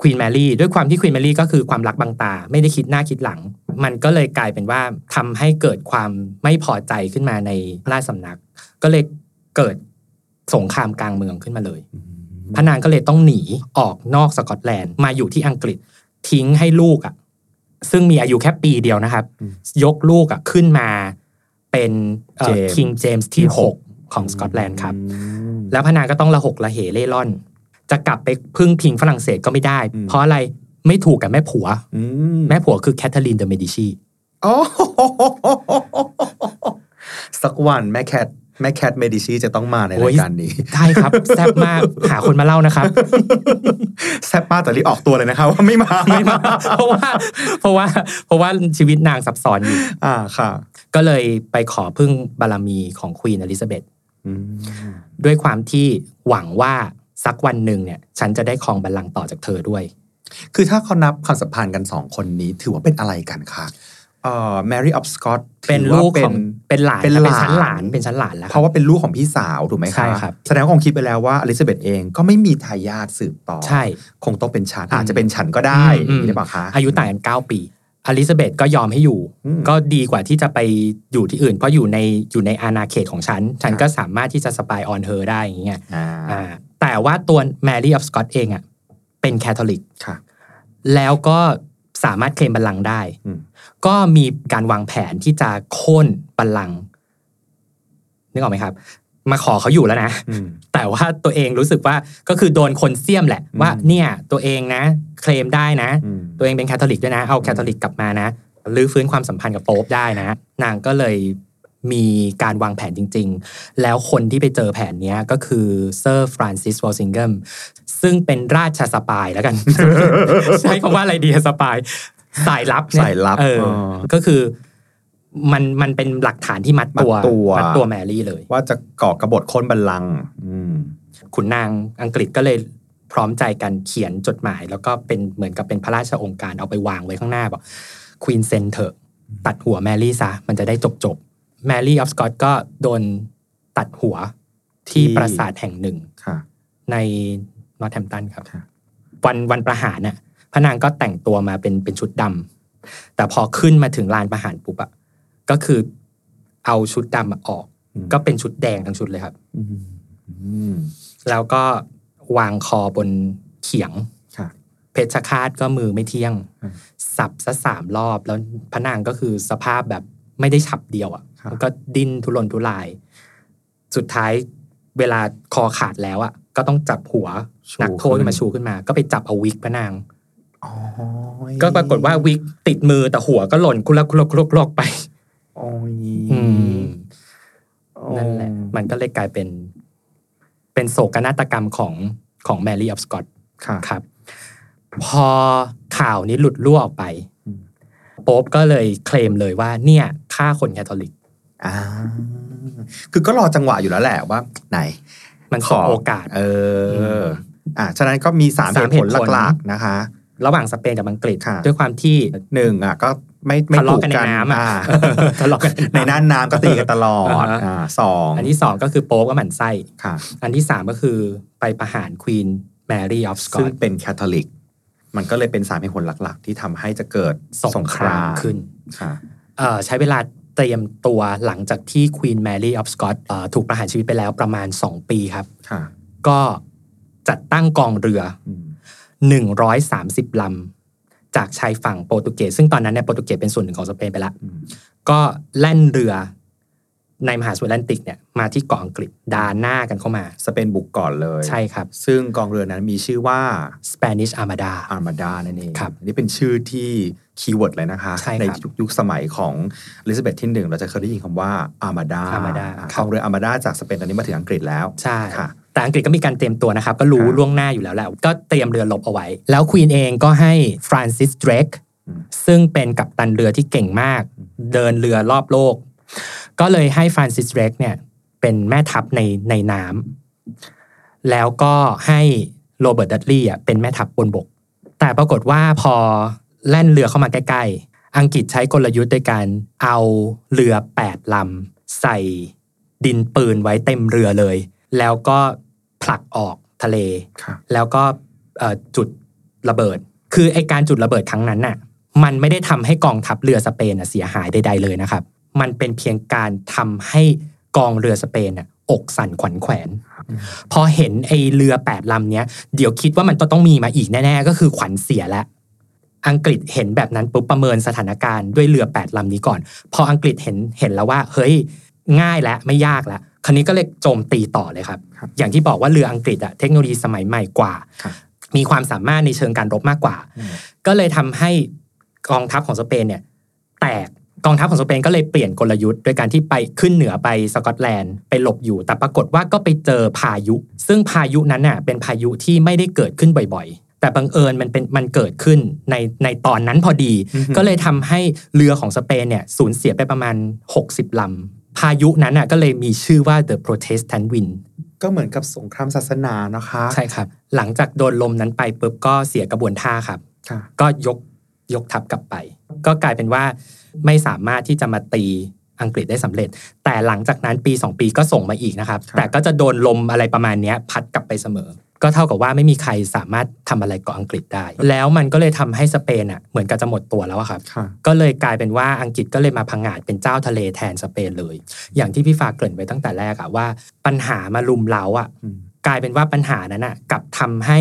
Speaker 3: ควีนแมรี่ด้วยความที่ควีนแมรี่ก็คือความรักบางตา ไม่ได้คิดหน้าคิดหลัง มันก็เลยกลายเป็นว่าทำให้เกิดความไม่พอใจขึ้นมาในราชสำนัก ก็เลยเกิดสงครามกลางเมืองขึ้นมาเลย พระนางก็เลยต้องหนีออกนอกสกอตแลนด์มาอยู่ที่อังกฤษทิ้งให้ลูกอ่ะซึ่งมีอายุแค่ปีเดียวนะครับ ยกลูกอ่ะขึ้นมาเป็นคิงเจมส์ที่หกของสกอตแลนด์ครับ แล้วพนางก็ต้องระหกระเหเล่ร่อน จะกลับไปพึ่งพิงฝรั่งเศสก็ไม่ได้ เพราะอะไรไม่ถูกกับแม่ผัว
Speaker 2: อืม
Speaker 3: แม่ผัวคือแคทเธอรีนเดอะเมดิชี
Speaker 2: โอ้โห สักวันแม่แคทแม่แคทเมดิชีจะต้องมาในรายการนี้
Speaker 3: ได้ครับ แซ่บมากหาคนมาเล่านะครับ
Speaker 2: แซ่บป้ากแต่รีบออกตัวเลยนะคะ ว่าไม่มา
Speaker 3: ไม่มาเพราะว่าเพราะว่าเพราะว่าชีวิตนางซับซ้อนอยู่
Speaker 2: อ่าค่ะ
Speaker 3: ก็เลยไปขอพึ่งบารมีของควีนอลิซาเบธ
Speaker 2: อืม
Speaker 3: ด้วยความที่หวังว่าสักวันหนึ่งเนี่ยฉันจะได้ครองบัลลังก์ต่อจากเธอด้วย
Speaker 2: คือถ้าเขานับความสัมพันธ์กันสองคนนี้ถือว่าเป็นอะไรกันคะเอ่อแมรี่ออฟสกอต
Speaker 3: เป็นลูกของเป็นหลาน
Speaker 2: เป็นหลาน
Speaker 3: ชั้นหลานเป็นชั้นหลานแล้วค
Speaker 2: เพ
Speaker 3: รับ
Speaker 2: ราะว่าเป็นลูกของพี่สาวถูกไหมคะ
Speaker 3: ใช่ครับ
Speaker 2: แสดงว่าคงคิดไปแล้วว่าอลิซาเบธเองก็ไม่มีทายาทสืบต่อ
Speaker 3: ใช่
Speaker 2: คงต้องเป็นฉันอาจจะเป็นฉันก็ได้
Speaker 3: อืม
Speaker 2: หรือเปล่าคะ
Speaker 3: อายุต่างกัน 9 ปี อลิซาเบธก็ยอมให้อยู่
Speaker 2: อืม
Speaker 3: ก็ดีกว่าที่จะไปอยู่ที่อื่น เพราะอยู่ในอยู่ในอาณาเขตของฉัน ฉัน
Speaker 2: ครับ
Speaker 3: ก็สามารถที่จะสปายออนเธอได้อย่างเงี้ย
Speaker 2: อ่า
Speaker 3: อ่าแต่ว่าตัวแมรี่ออฟสกอตเองอ่ะเป็นแคทอลิก
Speaker 2: ค่ะ
Speaker 3: แล้วก็สามารถเคลมบัลลังก์ได้
Speaker 2: อืม
Speaker 3: ก็มีการวางแผนที่จะโค่นบัลลังก์นึกออกไหมครับ มาขอเขาอยู่แล้วนะ
Speaker 2: อืม
Speaker 3: แต่ว่าตัวเองรู้สึกว่าก็คือโดนคนเสี้ยมแหละ
Speaker 2: อืม
Speaker 3: ว่าเนี่ยตัวเองนะ เคลมได้นะ
Speaker 2: อืม
Speaker 3: ตัวเองเป็นคาทอลิกด้วยนะ เอาคาทอลิกกลับมานะรื้อฟื้นความสัมพันธ์กับโป๊ปได้นะ นางก็เลยมีการวางแผนจริง ๆ แล้วคนที่ไปเจอแผนเนี้ยก็คือเซอร์ฟรานซิสวอลซิงเกมซึ่งเป็นราชสปายแล้วกัน ใช้คำว่าอะไรดีอะสปาย สายลับเนี่
Speaker 2: สายลับ
Speaker 3: เออ
Speaker 2: เออ
Speaker 3: ก็คือมันมันเป็นหลักฐานที่มัดตัว
Speaker 2: มัดตัว
Speaker 3: มัดตัวแมรี่เลย
Speaker 2: ว่าจะก่อกบฏค้นบัลลังก์อืม
Speaker 3: ขุนนางอังกฤษก็เลยพร้อมใจกันเขียนจดหมาย แล้วก็เป็นเหมือนกับเป็นพระราชองค์การเอาไปวางไว้ข้างหน้าบอกควีนเซนเถอะ ตัดหัวแมรี่ซะ มันจะได้จบจบแมรี่ออฟสกอตก็โดนตัดหัวที่
Speaker 2: ที่
Speaker 3: ปราสาทแห่งหนึ่ง
Speaker 2: ค่ะ
Speaker 3: ในนอตแฮมป์ตันครับ
Speaker 2: ครับ
Speaker 3: วันวันประหารน่ะพระนางก็แต่งตัวมาเป็นเป็นชุดดำแต่พอขึ้นมาถึงลานประหารปุ๊บอะก็คือเอาชุดดำอะออก
Speaker 2: อืม
Speaker 3: ก็เป็นชุดแดงทั้งชุดเลยครับ
Speaker 2: อืมอืม
Speaker 3: แล้วก็วางคอบนเขียง
Speaker 2: ค่ะ
Speaker 3: เพชฌฆาตก็มือไม่เที่ยง
Speaker 2: อืม
Speaker 3: สับซะสามรอบแล้วพระนางก็คือสภาพแบบไม่ได้ฉับเดียวอะ
Speaker 2: ครับ
Speaker 3: ่ะก็ดิ้นทุรนทุราย สุดท้ายเวลาคอขาดแล้วอะ่ะ ก็ต้องจับหัวนักโทษขึ้นมาชูขึ้นมา ก็ไปจับเอาวิกพระนาง
Speaker 2: อ๋อ
Speaker 3: ก็ปรากฏว่าวิกติดมือแต่หัวก็หล่นคุลกคุลกคุลกคุลกไป
Speaker 2: โอ้ย
Speaker 3: อืม
Speaker 2: โอ้
Speaker 3: นั่นแหละ มันก็เลยกลายเป็น เป็นโศกนาฏกรรมของของแมรี่ออฟสกอต
Speaker 2: ค่ะ
Speaker 3: ครับ พอข่าวนี้หลุดรั่วออกไป
Speaker 2: อืม
Speaker 3: โป๊ปก็เลยเคลมเลยว่าเนี่ยฆ่าคนแคทอลิก
Speaker 2: อ่าคือก็รอจังหวะอยู่แล้วแหละว่า ไหน
Speaker 3: มัน
Speaker 2: ข
Speaker 3: ข
Speaker 2: อ
Speaker 3: อโอกาส
Speaker 2: เอออ
Speaker 3: ม
Speaker 2: อ่ะฉะนั้นก็มีสาม
Speaker 3: สาม
Speaker 2: เหตุผล
Speaker 3: เหตุผล
Speaker 2: หลักๆนะคะ
Speaker 3: ระหว่างสเปนกับอังกฤษ
Speaker 2: ค่ะ
Speaker 3: ด้วยความที่
Speaker 2: หนึ่งอ่ะก็ไม่ไม่
Speaker 3: ทะ
Speaker 2: ถู
Speaker 3: เลาะ
Speaker 2: ก
Speaker 3: กันใน
Speaker 2: กัน
Speaker 3: น้ำอะ
Speaker 2: อ่า
Speaker 3: ทะเลาะกัน
Speaker 2: ใน
Speaker 3: ใำ
Speaker 2: น่านน้ำก็ตีกันตลอด
Speaker 3: อ่าฮะ
Speaker 2: อ่าสอง
Speaker 3: อันที่สองก็คือโป๊ปก็หมั่นไส้
Speaker 2: ค่ะ
Speaker 3: อันที่สามก็คือไปประหารควีนแมรี่ออฟสกอ
Speaker 2: ซึ่ง
Speaker 3: ต
Speaker 2: เป็นแคทอลิก มันก็เลยเป็นสามเหตุผลหลัก ๆ ที่ทำให้จะเกิด
Speaker 3: สงครามขึ้น
Speaker 2: ค่ะ
Speaker 3: เอ่อใช้เวลาเตรียมตัวหลังจากที่ควีนแมรี่ออฟสกอตถูกประหารชีวิตไปแล้วประมาณ 2 ปีครับ
Speaker 2: ค่ะ
Speaker 3: ก็จัดตั้งกองเรือ
Speaker 2: อืม
Speaker 3: 130 ลำ จากชายฝั่งโปรตุเกสซึ่งตอนนั้นเนี่ยโปรตุเกสเป็นส่วนหนึ่งของสเปนไปแล้ว
Speaker 2: อืม
Speaker 3: ก็แล่นเรือในมหาสมุทรแอตแลนติกเนี่ยมาที่เกาะอังกฤษดานหน้ากันเข้ามา
Speaker 2: สเปนบุกก่อนเลย
Speaker 3: ใช่ครับ
Speaker 2: ซึ่งกองเรือนั้นมีชื่อว่า
Speaker 3: Spanish Armada
Speaker 2: อาร์มาดานั่นเอง
Speaker 3: ครับ
Speaker 2: อันนี่เป็นชื่อที่คีย์เวิร์ดเลยนะคะ
Speaker 3: ใช่ครับ
Speaker 2: ยุคยุคสมัยของอลิซาเบธที่หนึ่งเราจะเคยได้ยินคำว่าอาร์มาดา
Speaker 3: Armada
Speaker 2: ก
Speaker 3: ครับ
Speaker 2: องเรืออาร์มาดาจากสเปนตอนนี้มาถึงอังกฤษแล้ว
Speaker 3: ใช่
Speaker 2: ค่ะ
Speaker 3: แต่อังกฤษก็มีการเตรียมตัวนะครับ ก็รู้
Speaker 2: ครับ
Speaker 3: ล่วงหน้าอยู่แล้วแหละ ก็เตรียมเรือรบเอาไว้ แล้วควีนเองก็ให้ฟรานซิสเดรก
Speaker 2: อืม
Speaker 3: ซึ่งเป็นกัปตันเรือที่เก่งมาก
Speaker 2: อืม
Speaker 3: เดินเรือรอบโลก ก็เลยให้ฟรานซิสเดรกเนี่ยเป็นแม่ทัพในในน้ำแล้วก็ให้โรเบิร์ตดัตลี่อ่ะเป็นแม่ทัพบนบก แต่ปรากฏว่าพอแล่นเรือเข้ามาใกล้ ๆ อังกฤษใช้กลยุทธ์โดยการเอาเรือแปดลำใส่ดินปืนไว้เต็มเรือเลย แล้วก็ผลักออกทะเล
Speaker 2: ค่ะ
Speaker 3: แล้วก็เอ่อจุดระเบิด คือไอการจุดระเบิดครั้งนั้นน่ะ มันไม่ได้ทำให้กองทัพเรือสเปนน่ะเสียหายใดๆเลยนะครับ มันเป็นเพียงการทำให้กองเรือสเปนน่ะอกสั่นขวัญแขวน พอเห็นไอเรือแปดลำเนี้ย เดี๋ยวคิดว่ามันต้องมีมาอีกแน่ๆ ก็คือขวัญเสียแล้ว อังกฤษเห็นแบบนั้นปุ๊บประเมินสถานการณ์ด้วยเรือแปดลำนี้ก่อน พออังกฤษเห็นเห็นแล้วว่า เฮ้ยง่ายแล้วไม่ยากแล้วคราวนี้ก็เลยโจมตีต่อเลยครับ
Speaker 2: ครับ
Speaker 3: อย่างที่บอกว่าเรืออังกฤษอะเทคโนโลยีสมัยใหม่กว่า
Speaker 2: ครับ
Speaker 3: มีความสามารถในเชิงการรบมากกว่า
Speaker 2: อืม
Speaker 3: ก็เลยทำให้กองทัพของสเปนเนี่ย แตกกองทัพของสเปนก็เลยเปลี่ยนกลยุทธ์โดยการที่ไปขึ้นเหนือไปสกอตแลนด์ไปหลบอยู่ แต่ปรากฏว่าก็ไปเจอพายุ ซึ่งพายุนั้นน่ะเป็นพายุที่ไม่ได้เกิดขึ้นบ่อยๆ แต่บังเอิญมันเป็นมันเกิดขึ้นในในตอนนั้นพอดี
Speaker 2: อือหือ
Speaker 3: ก็เลยทำให้เรือของสเปนเนี่ยสูญเสียไปประมาณ 60ลำพายุนั้นน่ะก็เลยมีชื่อว่า the protestant wind
Speaker 2: ก็เหมือนกับสงครามศาสนานะคะ
Speaker 3: ใช่ครับ หลังจากโดนลมนั้นไปปุ๊บก็เสียกระบวนท่าครับ
Speaker 2: ค่ะ
Speaker 3: ก็ยกยกทัพกลับไป ก็กลายเป็นว่าไม่สามารถที่จะมาตีอังกฤษได้สำเร็จ แต่หลังจากนั้นปี 2 ปีก็ส่งมาอีกนะครับ
Speaker 2: ครับ
Speaker 3: แต่ก็จะโดนลมอะไรประมาณเนี้ยพัดกลับไปเสมอ ก็เท่ากับว่าไม่มีใครสามารถทำอะไรกับอังกฤษได้ แล้วมันก็เลยทำให้สเปนอ่ะเหมือนกับจะหมดตัวแล้วอะครับ
Speaker 2: ค่ะ
Speaker 3: ก็เลยกลายเป็นว่าอังกฤษก็เลยมาพังงาดเป็นเจ้าทะเลแทนสเปนเลย อย่างที่พี่ฟ้าเกริ่นไว้ตั้งแต่แรกอะว่า ปัญหามาลุมเล้าอะ
Speaker 2: อืม
Speaker 3: กลายเป็นว่าปัญหานั้นอ่ะกลับทำให้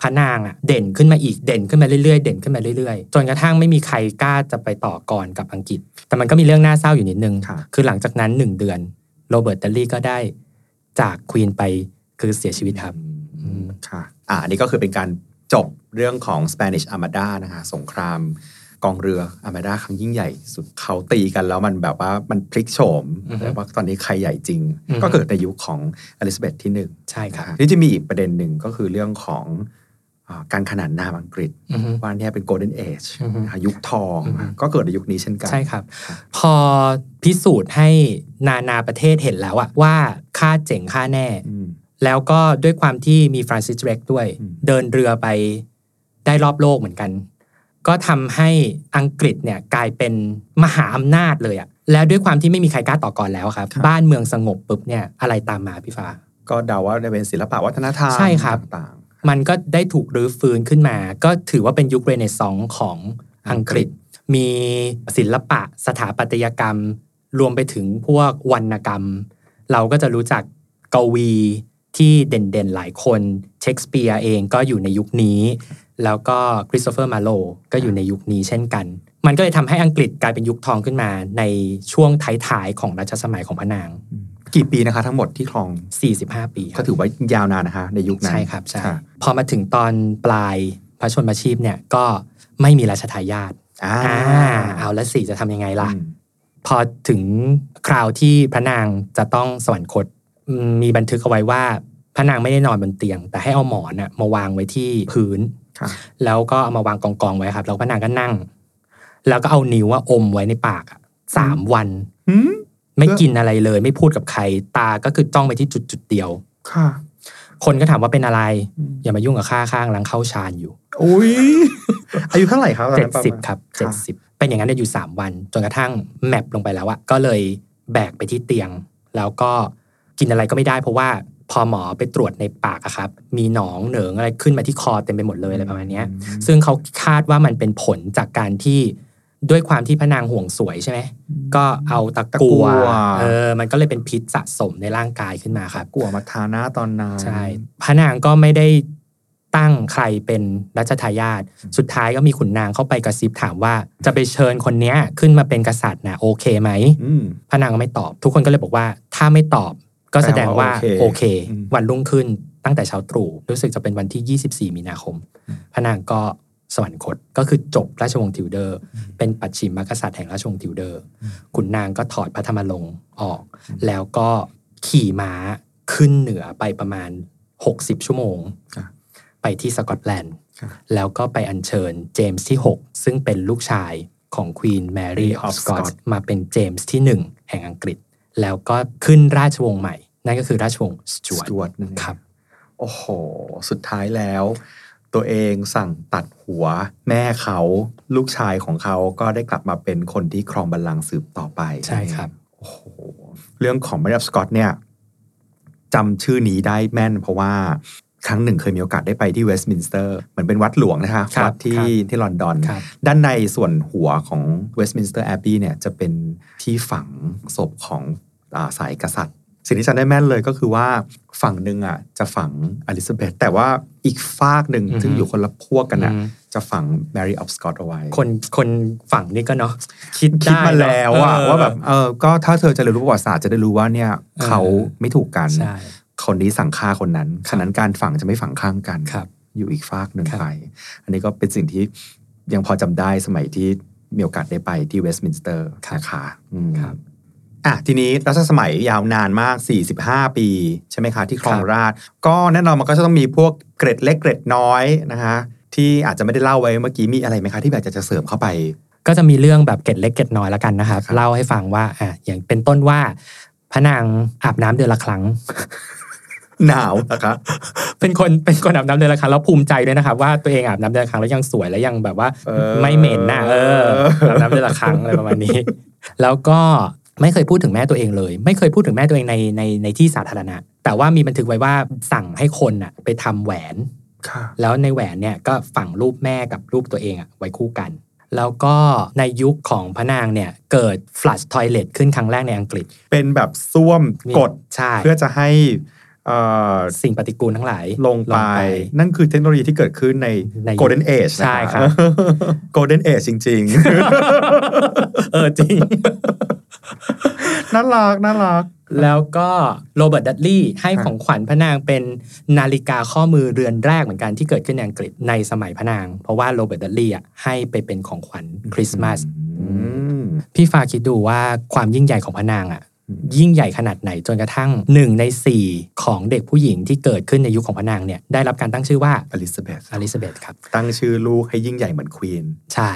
Speaker 3: พระนางอ่ะเด่นขึ้นมาอีกเด่นขึ้นมาเรื่อยๆ เด่นขึ้นมาเรื่อยๆ จนกระทั่งไม่มีใครกล้าจะไปต่อกรกับอังกฤษ แต่มันก็มีเรื่องน่าเศร้าอยู่นิดนึง
Speaker 2: ครับ
Speaker 3: อหลังจากนั้น 1 เดือนโรเบิร์ตเดลลี่ก็ได้จากควีนไป คือเสียชีวิตครับ
Speaker 2: อืมค่ะอ่าอันนี้ก็คือเป็นการจบเรื่องของ Spanish Armada นะคะสงครามกองเรืออาร์มาดาครั้งยิ่งใหญ่สุดเขาตีกันแล้วมันแบบว่ามันพลิกโฉม
Speaker 3: อือฮึ
Speaker 2: แต่ว่าตอนนี้ใครใหญ่จริง
Speaker 3: อือฮึ
Speaker 2: ก็เกิดในยุคของอลิซาเบธที่หนึ่ง
Speaker 3: ใช่ครับ
Speaker 2: นะะนี่จะมีอีกประเด็นหนึ่งก็คือเรื่องของอ่าการขนานนามอังกฤษ
Speaker 3: อือฮึ
Speaker 2: ว่าเนี่ยเป็น Golden Age
Speaker 3: อือฮึ
Speaker 2: นะคะยุคทอง
Speaker 3: อือฮึ
Speaker 2: ก็เกิดในยุคนี้เช่นกัน
Speaker 3: ใช่ครับ พอพิสูจน์ให้นานาประเทศเห็นแล้วอะว่าค่าเจ๋งค่าแน่
Speaker 2: อืม
Speaker 3: แล้วก็ด้วยความที่มีฟรานซิสเรกด้วย
Speaker 2: อืม
Speaker 3: เดินเรือไปได้รอบโลกเหมือนกัน ก็ทำให้อังกฤษเนี่ยกลายเป็นมหาอำนาจเลยอะแล้วด้วยความที่ไม่มีใครกล้าต่อกรแล้วอะครับ บ้านเมืองสงบปุ๊บเนี่ยอะไรตามมาพี่ฟ้า
Speaker 2: ก็เดาว่าจะเป็นศิลปะวัฒนธรรม
Speaker 3: ใช่ครับ
Speaker 2: ต่าง
Speaker 3: มันก็ได้ถูกรื้อฟื้นขึ้นมา ก็ถือว่าเป็นยุคเรเนซองส์ของอังกฤษ มีศิลปะสถาปัตยกรรม รวมไปถึงพวกวรรณกรรม เราก็จะรู้จักกวีที่เด่นๆหลายคนเชคสเปียร์เองก็อยู่ในยุคนี้ แล้วก็คริสโตเฟอร์มาโลก็อยู่ในยุคนี้เช่นกัน มันก็เลยทำให้อังกฤษกลายเป็นยุคทองขึ้นมา ในช่วงท้ายๆของรัชสมัยของพระนาง
Speaker 2: ๆอืมกี่ปีนะคะ ทั้งหมดที่ครอง
Speaker 3: 45 ปีค
Speaker 2: ก็
Speaker 3: รับ
Speaker 2: ถือว่ายาวนานนะคะ ในยุคนั้น
Speaker 3: ใช่ครับใช่
Speaker 2: ค่ะ
Speaker 3: พอมาถึงตอนปลายพระชนมชีพเนี่ยก็ไม่มีราชทายาท
Speaker 2: อ่า
Speaker 3: อ่าเอาละสิจะทำยังไงล่ะ
Speaker 2: อืม
Speaker 3: พอถึงคราวที่พระนางจะต้องสวรรคตอืมมีบันทึกเอาไว้ว่า พระนางไม่ได้นอนบนเตียง แต่ให้เอาหมอนน่ะมาวางไว้ที่พื้น
Speaker 2: ค่ะ
Speaker 3: แล้วก็เอามาวางกองกองๆไว้ครับ แล้วพระนางก็นั่ง แล้วก็เอานิ้วอะอมไว้ในปากอะสามวัน
Speaker 2: หืม
Speaker 3: ไม่
Speaker 2: เพื่อ
Speaker 3: กินอะไรเลย ไม่พูดกับใคร ตาก็คือจ้องไปที่จุดจุดๆเดียว
Speaker 2: ค่ะ
Speaker 3: คนก็ถามว่าเป็นอะไร
Speaker 2: อืม
Speaker 3: อย่ามายุ่งกับข้าข้างหลังเข้าฌานอยู่
Speaker 2: อุ้ย อายุเท่าไหร่ครับตอนนั้นประมาณ
Speaker 3: 70 ครับ 70 เป็นอย่างนั้นอยู่ 3 วัน จนกระทั่งแมปลงไปแล้วอะก็เลยแบกไปที่เตียง แล้วก็กินอะไรก็ไม่ได้เพราะว่าพอหมอไปตรวจในปากอะครับ มีหนองเหนิงอะไรขึ้นมาที่คอเต็มไปหมดเลยอะไรประมาณเนี้ย ซึ่งเขาคาดว่ามันเป็นผลจากการที่ด้วยความที่พระนางห่วงสวยใช่ไหมก็เอาตะ
Speaker 2: ตะกั่
Speaker 3: กั่ว
Speaker 2: ว
Speaker 3: เออมันก็เลยเป็นพิษสะสมในร่างกายขึ้นมาครับ
Speaker 2: กลัวมาทาหน้าตอนนั้น
Speaker 3: ใช่ พระนางก็ไม่ได้ตั้งใครเป็นรัชทายาท สุดท้ายก็มีขุนนางเข้าไปกระซิบถามว่า จะไปเชิญคนเนี้ยขึ้นมาเป็นกษัตริย์นะโอเคไหม
Speaker 2: อืม
Speaker 3: พระนางก็ไม่ตอบ ทุกคนก็เลยบอกว่า ถ้าไม่ตอบก็แสดงว่า
Speaker 2: แปลว่า
Speaker 3: โอ
Speaker 2: โอ
Speaker 3: เค
Speaker 2: เคอืม
Speaker 3: วันรุ่งขึ้นตั้งแต่เช้าตรู่รู้สึกจะเป็นวันที่ 24 มีนาคม พระนางก็สวรรคตก็คือจบราชวงศ์ทิวเดอร์ เป็นปัจฉิมกษัตริย์แห่งราชวงศ์ทิวเดอร์ขุนนางก็ถอดพระธรรมลงค์ออก แล้วก็ขี่ม้าขึ้นเหนือไปประมาณ 60 ชั่วโมง
Speaker 2: ครับ
Speaker 3: ไปที่สกอตแลนด์
Speaker 2: ครับ
Speaker 3: แล้วก็ไปอัญเชิญเจมส์ที่ 6 ซึ่งเป็นลูกชายของควีนแมรี่ออฟ
Speaker 2: of
Speaker 3: สกอต
Speaker 2: Scots
Speaker 3: มาเป็นเจมส์ที่ 1 แห่งอังกฤษ แล้วก็ขึ้นราชวงศ์ใหม่ นั่นก็คือราชวงศ์สจว
Speaker 2: จว
Speaker 3: ต
Speaker 2: ดนั่นเอง
Speaker 3: ครับ
Speaker 2: โอ้โห สุดท้ายแล้ว ตัวเองสั่งตัดหัว แม่เขาลูกชายของเขาก็ได้กลับมาเป็นคนที่ครองบัลลังก์สืบต่อไป
Speaker 3: ใช่ครับ
Speaker 2: โอ้โหเรื่องของมาริอัสกอตเนี่ยจำชื่อนี้ได้แม่น เพราะว่าครั้งหนึ่งเคยมีโอกาสได้ไปที่เวสต์มินสเตอร์เหมือนเป็นวัดหลวงนะคะ
Speaker 3: ครับ
Speaker 2: วัดที่
Speaker 3: ครับ
Speaker 2: ที่ลอนดอน
Speaker 3: ครับ
Speaker 2: ด้านในส่วนหัวของเวสต์มินสเตอร์แอบบีเนี่ยจะเป็นที่ฝังศพของอาสายกษัตริย์ สิ่งที่จำได้แม่นเลยก็คือว่าฝั่งหนึ่งอ่ะจะฝังอลิซาเบธแต่ว่าอีกฝากหนึ่ง
Speaker 3: อือฮึ
Speaker 2: ซึ่งอยู่คนละพวกกันอ่ะ
Speaker 3: อืม
Speaker 2: จะฝังแมรี่ออฟสกอตเอาไว้
Speaker 3: คนคนฝั่งนี่ก็เนาะคิด
Speaker 2: คิดมา
Speaker 3: ได้เนอะ
Speaker 2: แล้วอะ
Speaker 3: เออ
Speaker 2: ว่าแบบเออก็ถ้าเธอจะเรียนรู้ประวัติศาสตร์จะได้รู้ว่าเนี่ย
Speaker 3: เออ
Speaker 2: เขาไม่ถูกกัน
Speaker 3: ใช่
Speaker 2: คนนี้สั่งฆ่าคนนั้น
Speaker 3: ครับ
Speaker 2: ฉะนั้นการฝังจะไม่ฝังข้างกัน
Speaker 3: ครับ
Speaker 2: อยู่อีกฟากหนึ่ง
Speaker 3: ครับ
Speaker 2: ไป อันนี้ก็เป็นสิ่งที่ยังพอจำได้สมัยที่มีโอกาสได้ไปที่เวสต์มินสเตอร์นะคะอืม
Speaker 3: ครับ
Speaker 2: อ่ะทีนี้รัชสมัยยาวนานมาก 45 ปี ใช่ไหมคะที่ครอ
Speaker 3: ค
Speaker 2: ง
Speaker 3: รับ
Speaker 2: ราช ก็แน่นอนมันก็จะต้องมีพวกเกร็ดเล็กเกร็ดน้อยนะคะที่อาจจะไม่ได้เล่าไว้เมื่อกี้มีอะไรไหมคะที่แบบจะจะเสริมเข้าไป
Speaker 3: ก็จะมีเรื่องแบบเกร็ดเล็กเกร็ดน้อยแล้วกันนะครับ
Speaker 2: ครับ
Speaker 3: เล่าให้ฟังว่าอ่ะอย่างเป็นต้นว่า พระนางอาบน้ำเดือนละค รั้ง
Speaker 2: หนาวนะคะ
Speaker 3: เป็นคนเป็นคนอาบน้ำเดือนละครั้งแล้วภูมิใจด้วยนะครับว่าตัวเองอาบน้ำเดือนละครั้งแล้วยังสวยและยังแบบว่า
Speaker 2: เออ
Speaker 3: ไม่เหม็นนะเอออาบน้ำเดือนละครั้งอะไรประมาณนี้ แล้วก็ไม่เคยพูดถึงแม่ตัวเองเลย ไม่เคยพูดถึงแม่ตัวเองในในในที่สาธารณะ แต่ว่ามีบันทึกไว้ว่าสั่งให้คนน่ะไปทำแหวน
Speaker 2: ค่ะ
Speaker 3: แล้วในแหวนเนี่ยก็ฝังรูปแม่กับรูปตัวเองอะไว้คู่กัน แล้วก็ในยุคของพระนางเนี่ยเกิด flush toilet ขึ้นครั้งแรกในอังกฤษ
Speaker 2: เป็นแบบส้วม
Speaker 3: มี
Speaker 2: กด
Speaker 3: ใช่
Speaker 2: เพื่อจะให้เอ่อ
Speaker 3: สิ่งปฏิกูลทั้งหลาย
Speaker 2: ลงไป นั่นคือเทคโนโลยีที่เกิดขึ้นใน
Speaker 3: ใน
Speaker 2: Golden Age นะะ
Speaker 3: ใช่ครับ
Speaker 2: Golden Age จริง
Speaker 3: เออจริง
Speaker 2: ๆ น่ารักน่ารัก
Speaker 3: แล้วก็โรเบิร์ตดัตลี่ให้
Speaker 2: ครับ
Speaker 3: ของขวัญพระนางเป็นนาฬิกาข้อมือเรือนแรกเหมือนกันที่เกิดขึ้นในอังกฤษในสมัยพระนาง เพราะว่าโรเบิร์ตดัตลี่อ่ะให้ไปเป็นของขวัญคริสต์มาส
Speaker 2: อืม
Speaker 3: พี่ฟ้าคิดดูว่าความยิ่งใหญ่ของพระนางอ่ะ ยิ่งใหญ่ขนาดไหนจนกระทั่งหนึ่งในสี่ของเด็กผู้หญิงที่เกิดขึ้นในยุคของพระนางเนี่ยได้รับการตั้งชื่อว่า
Speaker 2: อลิซาเบธ
Speaker 3: อลิซาเบธครับ
Speaker 2: ตั้งชื่อลูกให้ยิ่งใหญ่เหมือนควีน
Speaker 3: ใช่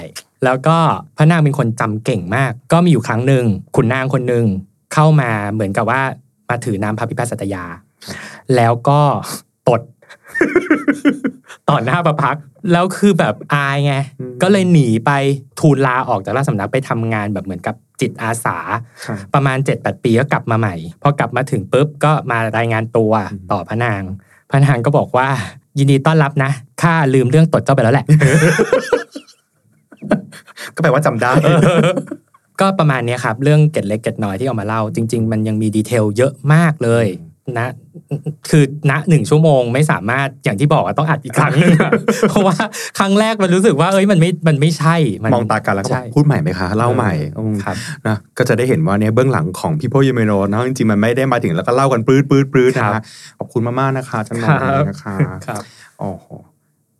Speaker 3: แล้วก็พระนางเป็นคนจำเก่งมาก ก็มีอยู่ครั้งหนึ่งขุนนางคนหนึ่งเข้ามาเหมือนกับว่ามาถือน้ำพระพิพาทสัตยา แล้วก็ตด ต่อหน้าประพักตร์แล้วคือแบบอายไง
Speaker 2: อืม
Speaker 3: ก็เลยหนีไปทูลลาออกจากราชสำนักไปทำงานแบบเหมือนกับจิตอาสา ประมาณ 7-8 ปีก็กลับมาใหม่ พอกลับมาถึงปุ๊บก็มารายงานตัว
Speaker 2: อืม
Speaker 3: ต่อพระนาง พระนางก็บอกว่า ยินดีต้อนรับนะข้าลืมเรื่องตดเจ้าไปแล้วแหละ
Speaker 2: ก็แปลว่าจำได้
Speaker 3: ก็ประมาณเนี้ยครับ เรื่องเกร็ดเล็กเกร็ดน้อยที่เอามาเล่า จริง ๆ มันยังมีดีเทลเยอะมากเลยนะคือณหนึ่งชั่วโมงไม่สามารถอย่างที่บอกอะต้องอัดอีกครั้ง หนึ่งอะ เพราะว่าครั้งแรกมันรู้สึกว่าเอ้ยมันไม่มันไม่ใช่น
Speaker 2: มองตากันแล้วก็บอ
Speaker 3: ใช่
Speaker 2: กพูดใหม่ไหมคะ เล่าใหม่
Speaker 3: เออ
Speaker 2: ม
Speaker 3: ครับ
Speaker 2: นะก็จะได้เห็นว่าเนี่ยเบื้องหลังของพี่พ่อยูเมโนนะจริงๆ มันไม่ได้มาถึงแล้วก็เล่ากันปื๊ดปื๊ดปื๊ดนะ
Speaker 3: ครั
Speaker 2: คะ
Speaker 3: บ
Speaker 2: ขอบคุณมากๆนะคะท่านหมอ
Speaker 3: ครับ
Speaker 2: นะคะ
Speaker 3: ครับ
Speaker 2: โอ้โห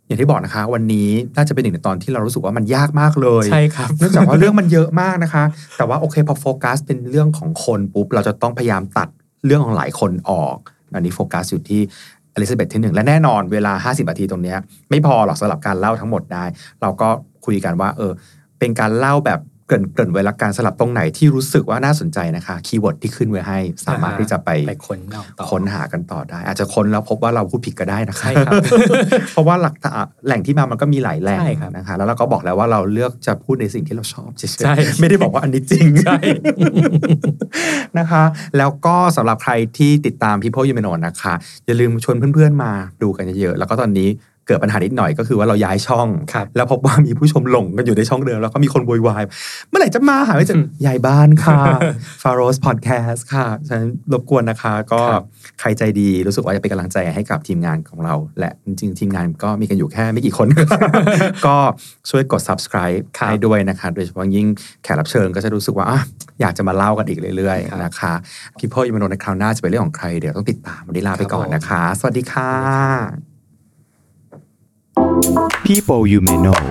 Speaker 2: อย่างที่บอกนะคะ วันนี้น่าจะเป็นหนึ่งในตอนที่เรารู้สึกว่ามันยากมากเลย
Speaker 3: ใช่ครับ
Speaker 2: เนื่องจากว่าเรื่องมันเยอะมากนะคะ แต่ว่าโอเคพอโฟกัสเป็นเรื่องของคนปุ๊บ เราจะต้องพยายามตัดเรื่องของหลายคนออก อันนี้โฟกัสอยู่ที่อลิซาเบธที่หนึ่งและแน่นอนเวลา 50นาทีตรงเนี้ยไม่พอหรอกสำหรับการเล่าทั้งหมดได้ เราก็คุยกันว่า เออ เป็นการเล่าแบบเกรินเกรินๆไว้ละกันสำหรับตรงไหนที่รู้สึกว่าน่าสนใจนะคะคีย์เวิร์ดที่ขึ้นไว้ให้ สามารถที่จะไป
Speaker 3: ไปค้นเอาต่อ
Speaker 2: ค้นหากันต่อได้ อาจจะค้นแล้วพบว่าเราพูดผิดก็ได้นะคะ
Speaker 3: ใช่ครับ
Speaker 2: เพราะว่าหลักฐานแหล่งที่มามันก็มีหลายแหล่ง
Speaker 3: ใช่ครับ
Speaker 2: นะคะ แล้วเราก็บอกแล้วว่าเราเลือกจะพูดในสิ่งที่เราชอบเฉย
Speaker 3: ใช่
Speaker 2: ๆไม่ได้บอกว่าอันนี้จริง
Speaker 3: ใช่
Speaker 2: นะคะ แล้วก็สำหรับใครที่ติดตามพี่พ่อยูเมโนนะคะ อย่าลืมชวนเพื่อนๆมาดูกันเยอะๆแล้วก็ตอนนี้เกิดปัญหานิดหน่อยก็คือว่าเราย้ายช่อง
Speaker 3: ครับ
Speaker 2: แล้วพบว่ามีผู้ชมหลงกันอยู่ในช่องเดิม แล้วก็มีคนโวยวาย เมื่อไหร่จะมาหาไม่เจอยายบ้านค่ะ ฟาโรสพอดแคสต์ค่ะฉะนันรบกวนนะคะ ก็
Speaker 3: ครับ
Speaker 2: ใครใจดีรู้สึกว่าจะเป็นกำลังใจให้กับทีมงานของเรา และจริงๆ ทีมงานก็มีกันอยู่แค่ไม่กี่คน ก็ช่วยกด subscribe ให้ด้วยนะคะ โดยเฉพาะยิ่งแขกรับเชิญก็จะรู้สึกว่าอ่ะอยากจะมาเล่ากันอีกเรื่อยๆนะคะพี่พ่อยูมโนในคราวหน้าจะเป็นเรื่องของใครเดี๋ยวต้องติดตามวันนี้ลาไปก่อนนะคะ สวัสดีค่ะ
Speaker 1: People You May Know